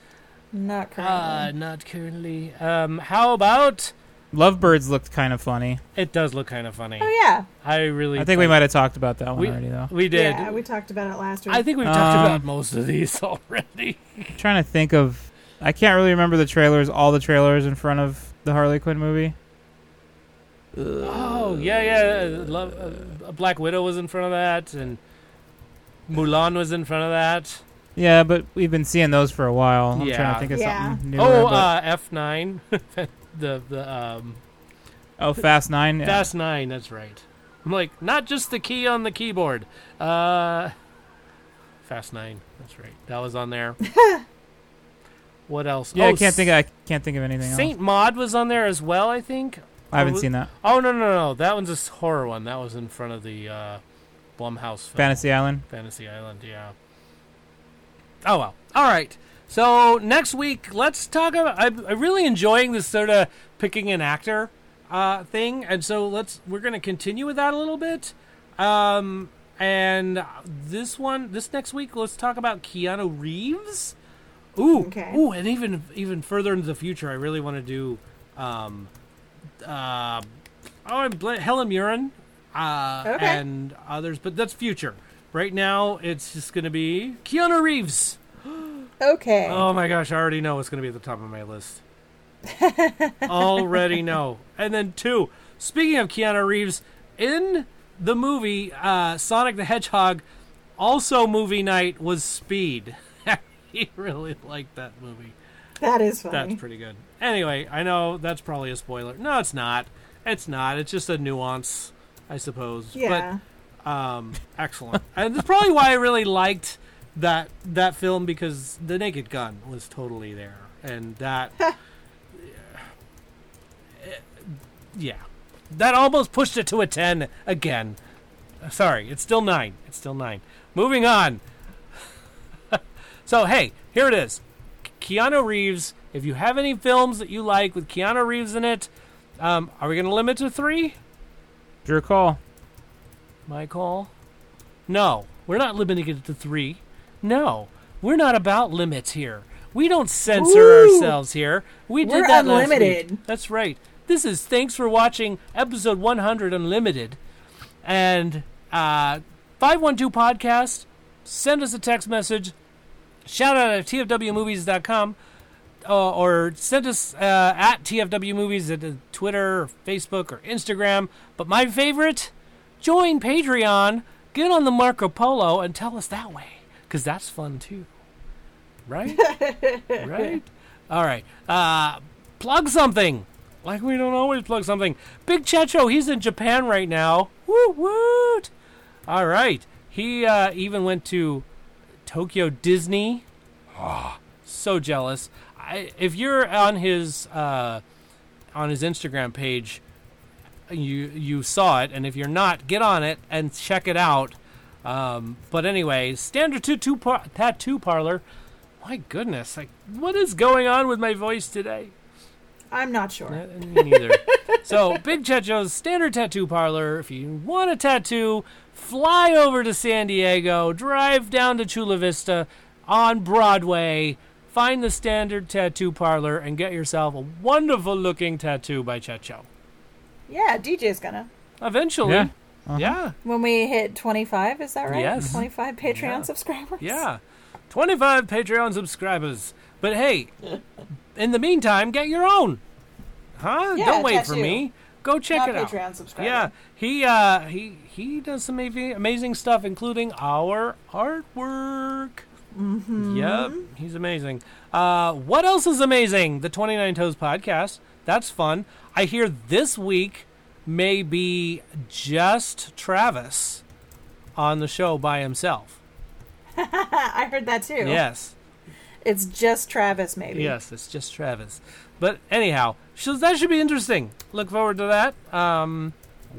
Speaker 3: not currently.
Speaker 2: uh, not currently. Um, how about?
Speaker 4: Lovebirds looked kind of funny.
Speaker 2: It does look kind of funny.
Speaker 3: oh yeah,
Speaker 2: I really.
Speaker 4: I think we might have talked about that one
Speaker 2: We,
Speaker 4: already, though.
Speaker 2: we did.
Speaker 3: yeah. We talked about it last week.
Speaker 2: I think we've talked
Speaker 4: Um,
Speaker 2: about most of these <laughs> already.
Speaker 4: I'm trying to think of. I can't really remember the trailers, all the trailers in front of the Harley Quinn movie.
Speaker 2: Oh yeah, yeah. uh, Love, uh, Black Widow was in front of that, and Mulan was in front of that.
Speaker 4: Yeah, but we've been seeing those for a while. I'm trying
Speaker 2: Yeah.
Speaker 4: to think of
Speaker 3: Yeah.
Speaker 4: something new.
Speaker 2: oh, uh, F nine, <laughs> the the um,
Speaker 4: oh, Fast Nine. Yeah.
Speaker 2: Fast Nine. That's right. I'm like, not just the key on the keyboard. Uh, Fast Nine. That's right. That was
Speaker 4: <laughs>
Speaker 2: on there. what else?
Speaker 4: yeah,
Speaker 2: oh,
Speaker 4: I can't think. Of, I can't think of anything
Speaker 2: Saint
Speaker 4: else.
Speaker 2: Maud was on there as well. I think.
Speaker 4: I haven't
Speaker 2: was-
Speaker 4: seen that.
Speaker 2: Oh no no no! That one's a s- horror one. That was in front of the uh, Blumhouse film.
Speaker 4: Fantasy Island.
Speaker 2: Fantasy Island. Yeah. Oh well. All right. So next week, let's talk about. I'm, I'm really enjoying this sort of picking an actor uh, thing, and so let's we're going to continue with that a little bit. Um, and this one, this next week, let's talk about Keanu Reeves. Ooh,
Speaker 3: Okay.
Speaker 2: ooh, and even even further into the future, I really want to do um, uh, Oh, I'm bl- Helen Mirren uh,
Speaker 3: Okay.
Speaker 2: and others, but that's future. Right now, it's just going to be Keanu Reeves.
Speaker 3: Okay.
Speaker 2: Oh my gosh, I already know what's going to be at the top of my list. already know. And then two. Speaking of Keanu Reeves, in the movie uh, Sonic the Hedgehog, also movie night was Speed. <laughs> he really liked that movie.
Speaker 3: that is
Speaker 2: That's
Speaker 3: funny.
Speaker 2: pretty good. Anyway, I know that's probably a spoiler. No, it's not. It's not. It's just a nuance, I suppose.
Speaker 3: yeah.
Speaker 2: But um, excellent. and that's probably why I really liked that that film because The Naked Gun was totally there, and that eh, yeah, yeah, that almost pushed it to a ten again. Uh, Sorry, it's still nine. It's still nine. Moving on. <laughs> so hey, here it is. Keanu Reeves. If you have any films that you like with Keanu Reeves in it, um, are we going to limit to three?
Speaker 4: Your call.
Speaker 2: My call? No, we're not limiting it to three. No, we're not about limits here. We don't censor
Speaker 3: Ooh.
Speaker 2: ourselves here. We did
Speaker 3: We're
Speaker 2: that last
Speaker 3: unlimited.
Speaker 2: week. That's right. This is thanks for watching episode 100 Unlimited. And uh, 512 Podcast, send us a text message. Shout out at tfwmovies.com uh, or send us uh, at tfwmovies at uh, Twitter, or Facebook, or Instagram. But my favorite join Patreon, get on the Marco Polo, and tell us that way, because that's fun too.
Speaker 3: <laughs>
Speaker 2: Right? right? All right. Uh, plug something. Like we don't always plug something. Big Checho, he's in Japan right now. Woot woot. All right. He uh, even went to Tokyo Disney. so jealous. I, if you're on his uh, on his Instagram page, you you saw it, and if you're not, get on it and check it out. Um, but anyway, standard tattoo par- tattoo parlor. My goodness, like what is going on with my voice today?
Speaker 3: I'm not sure.
Speaker 2: Uh, Me neither. so, Big Checho's Standard Tattoo Parlor. If you want a tattoo, fly over to San Diego, drive down to Chula Vista on Broadway, find the Standard Tattoo Parlor, and get yourself a wonderful looking tattoo by Checho.
Speaker 3: Yeah, DJ's gonna.
Speaker 2: Eventually.
Speaker 4: Yeah.
Speaker 2: Yeah.
Speaker 3: When we hit 25, is that right?
Speaker 2: Yes. Mm-hmm.
Speaker 3: 25 Patreon subscribers?
Speaker 2: Yeah. 25 Patreon subscribers. But
Speaker 3: <laughs>
Speaker 2: hey, in the meantime, get your own. Huh?
Speaker 3: Yeah,
Speaker 2: Don't wait for
Speaker 3: tattoo.
Speaker 2: me. Go check
Speaker 3: Not
Speaker 2: it out.
Speaker 3: Patreon subscriber.
Speaker 2: Yeah, he uh, he he does some amazing, amazing stuff, including our artwork. Mm-hmm. Yep, he's amazing. Uh, what else is amazing? The Twenty Nine Toes podcast. That's fun. I hear this week may be just Travis on the show by himself.
Speaker 3: <laughs> I heard that too.
Speaker 2: Yes,
Speaker 3: It's just Travis, maybe.
Speaker 2: yes, it's just Travis. But anyhow, so that should be interesting. Look forward to that. Um,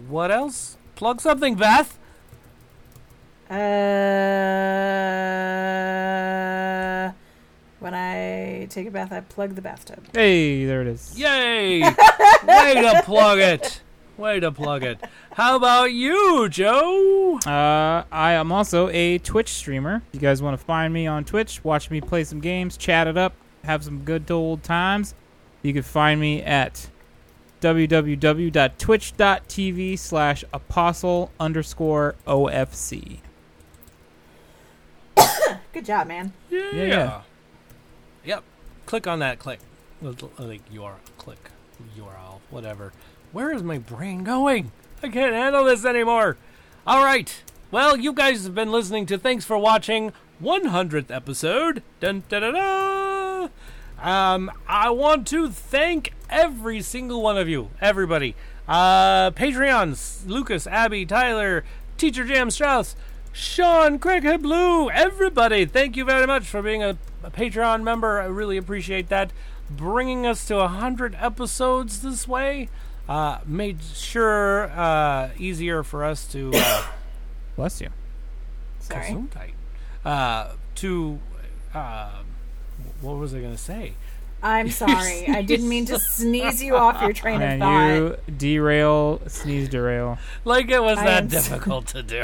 Speaker 2: what else? Plug something, Beth.
Speaker 3: Uh, when I take a bath, I plug the bathtub.
Speaker 4: Hey, there it is.
Speaker 2: Yay! <laughs> Way to plug it. Way to plug it. How about you, Joe?
Speaker 4: Uh, I am also a Twitch streamer. If you guys want to find me on Twitch, watch me play some games, chat it up, have some good old times, you can find me at www.twitch.tv slash apostle underscore OFC.
Speaker 3: Good job, man.
Speaker 4: Yeah.
Speaker 2: Yep. Click on that click. Like URL, click URL, whatever. Where is my brain going? I can't handle this anymore. All right. Well, you guys have been listening to Thanks for Watching 100th episode. Dun, da, da, da. Um, I want to thank every single one of you, everybody. Uh, Patreons, Lucas, Abby, Tyler, Teacher Jam Strauss, Sean, Craighead Blue, everybody. Thank you very much for being a, a Patreon member. I really appreciate that. Bringing us to 100 episodes this way uh, made sure uh, easier for us to. Uh,
Speaker 4: Bless you.
Speaker 3: Sorry.
Speaker 2: Gesundheit. Uh, to. Uh, what was I going to say?
Speaker 3: I'm sorry. I didn't mean
Speaker 2: <laughs>
Speaker 3: to sneeze you off your train of thought.
Speaker 4: And you derail, sneeze derail.
Speaker 2: Like it was
Speaker 3: I
Speaker 2: that
Speaker 3: am so-
Speaker 2: difficult to
Speaker 3: <laughs>
Speaker 2: do.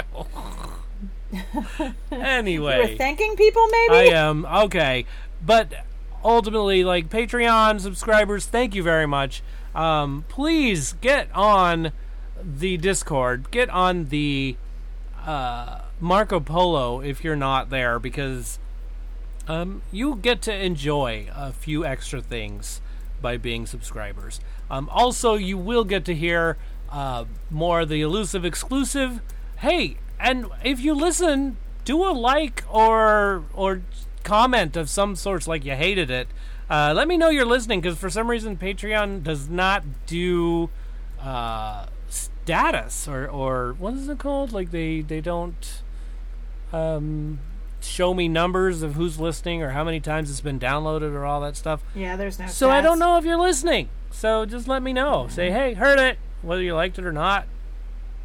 Speaker 3: We're
Speaker 2: anyway,
Speaker 3: thanking people,
Speaker 2: I
Speaker 3: maybe?
Speaker 2: am okay, but ultimately, like Patreon subscribers, thank you very much. Um, please get on the Discord, get on the uh, Marco Polo if you're not there, because um, you get to enjoy a few extra things by being subscribers. Um, also, you will get to hear uh, more of the elusive exclusive. Hey, and if you listen, do a like or or comment of some sorts, like you hated it. Uh, let me know you're listening because for some reason Patreon does not do uh, status or or what is it called? Like they they don't um, show me numbers of who's listening or how many times it's been downloaded or all that stuff.
Speaker 3: Yeah, there's no.
Speaker 2: So I
Speaker 3: stats.
Speaker 2: don't know if you're listening. So just let me know.
Speaker 3: Mm-hmm.
Speaker 2: Say hey, heard it, whether you liked it or not.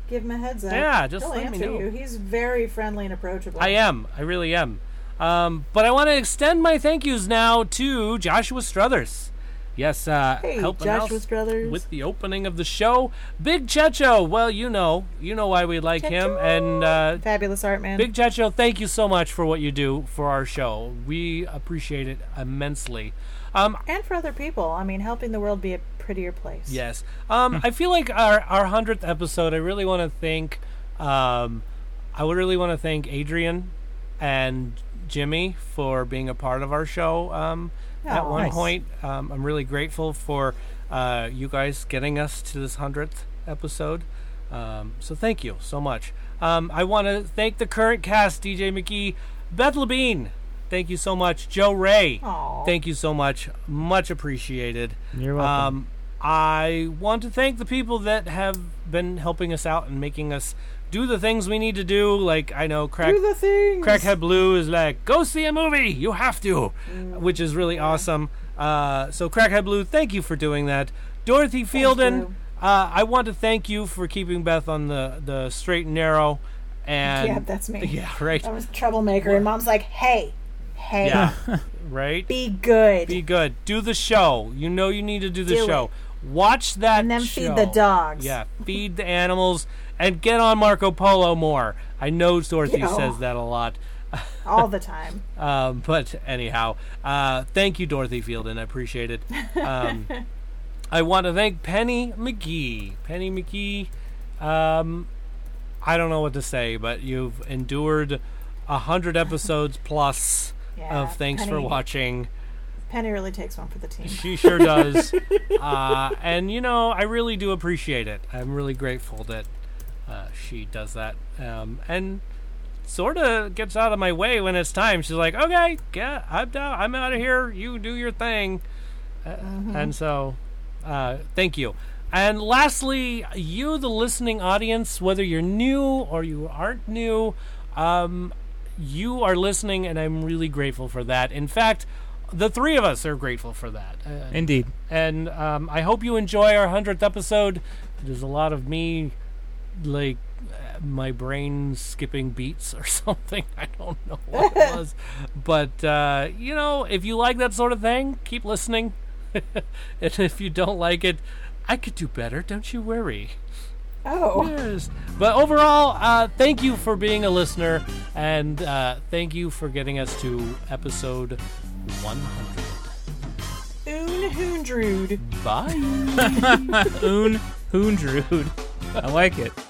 Speaker 3: Give him a heads up.
Speaker 2: Yeah, just
Speaker 3: He'll
Speaker 2: let me
Speaker 3: answer
Speaker 2: know.
Speaker 3: you. He's very friendly and approachable.
Speaker 2: I am. I really am. Um, but I want to extend my thank yous now to Joshua Struthers. Yes, uh,
Speaker 3: Hey,
Speaker 2: helping
Speaker 3: Joshua
Speaker 2: us
Speaker 3: Struthers.
Speaker 2: with the opening of the show. Big Checho. Well, you know, you know why we like him,
Speaker 3: Checho.
Speaker 2: and uh,
Speaker 3: Fabulous art man.
Speaker 2: Big Checho, thank you so much for what you do for our show. We appreciate it immensely. Um,
Speaker 3: and for other people. I mean, helping the world be a prettier place.
Speaker 2: Yes. Um,
Speaker 3: Hmm.
Speaker 2: I feel like our our hundredth episode. I really want to thank. Um, I would really want to thank Adrian and Jimmy for being a part of our show. Um, at
Speaker 3: Aw.
Speaker 2: one
Speaker 3: Nice.
Speaker 2: point, um, I'm really grateful for uh, you guys getting us to this hundredth episode. Um, so thank you so much. Um, I want to thank the current cast: DJ McGee, Beth Labine. Thank you so much, Joe Ray.
Speaker 3: Aw.
Speaker 2: Thank you so much. Much appreciated.
Speaker 4: You're welcome.
Speaker 2: Um, I want to thank the people that have been helping us out and making us do the things we need to do. Like I know crack
Speaker 3: Do the thing.
Speaker 2: crackhead blue is like go see a movie. You have to,
Speaker 3: Mm.
Speaker 2: which is really awesome. Uh, so crackhead blue, thank you for doing that. Dorothy Fielden,
Speaker 3: Blue.
Speaker 2: uh, I want to thank you for keeping Beth on the the straight and narrow. And
Speaker 3: Yeah, that's me.
Speaker 2: <laughs> yeah, right,
Speaker 3: I was a troublemaker, and mom's like, "Hey, hey, <laughs>
Speaker 2: yeah, right.
Speaker 3: be good,
Speaker 2: Be good. Do the show. You know you need to do the
Speaker 3: Do
Speaker 2: show. Watch that
Speaker 3: and then
Speaker 2: show.
Speaker 3: feed the dogs."
Speaker 2: Yeah, feed the animals and get on Marco Polo more. I know Dorothy
Speaker 3: Yeah.
Speaker 2: says that a lot.
Speaker 3: all the time.
Speaker 2: Um, but anyhow, uh, thank you, Dorothy Fielden. I appreciate it.
Speaker 3: <laughs>
Speaker 2: Um, I want to thank Penny McGee. Penny McGee, um, I don't know what to say, but you've endured a hundred episodes plus
Speaker 3: <laughs>
Speaker 2: <laughs>
Speaker 3: Yeah,
Speaker 2: of thanks for
Speaker 3: Penny.
Speaker 2: watching.
Speaker 3: Penny really takes one for the team.
Speaker 2: She sure does. uh, and you know, I really do appreciate it. I'm really grateful that uh, she does that, um, and sort of gets out of my way when it's time. She's like, "Okay, yeah, I'm down. I'm out of here. You do your thing." Uh, And so, uh, thank you. And lastly, you, the listening audience, whether you're new or you aren't new, um, you are listening, and I'm really grateful for that. In fact, the three of us are grateful for that. Uh,
Speaker 4: Indeed.
Speaker 2: and um, I hope you enjoy our hundredth episode. It is a lot of me, like uh, my brain skipping beats or <laughs> something. I don't know what
Speaker 4: <laughs>
Speaker 2: it was, but uh, you know, if you like that sort of thing, keep listening. <laughs> and if you don't like it, I could do better. Don't you worry. <laughs>
Speaker 3: Oh,
Speaker 2: Yes. But overall, uh, thank you for being a listener, and uh, thank you for getting us to episode 100.
Speaker 3: Oon Hoondrude.
Speaker 2: Bye.
Speaker 4: Oon Hoondrude. I like it.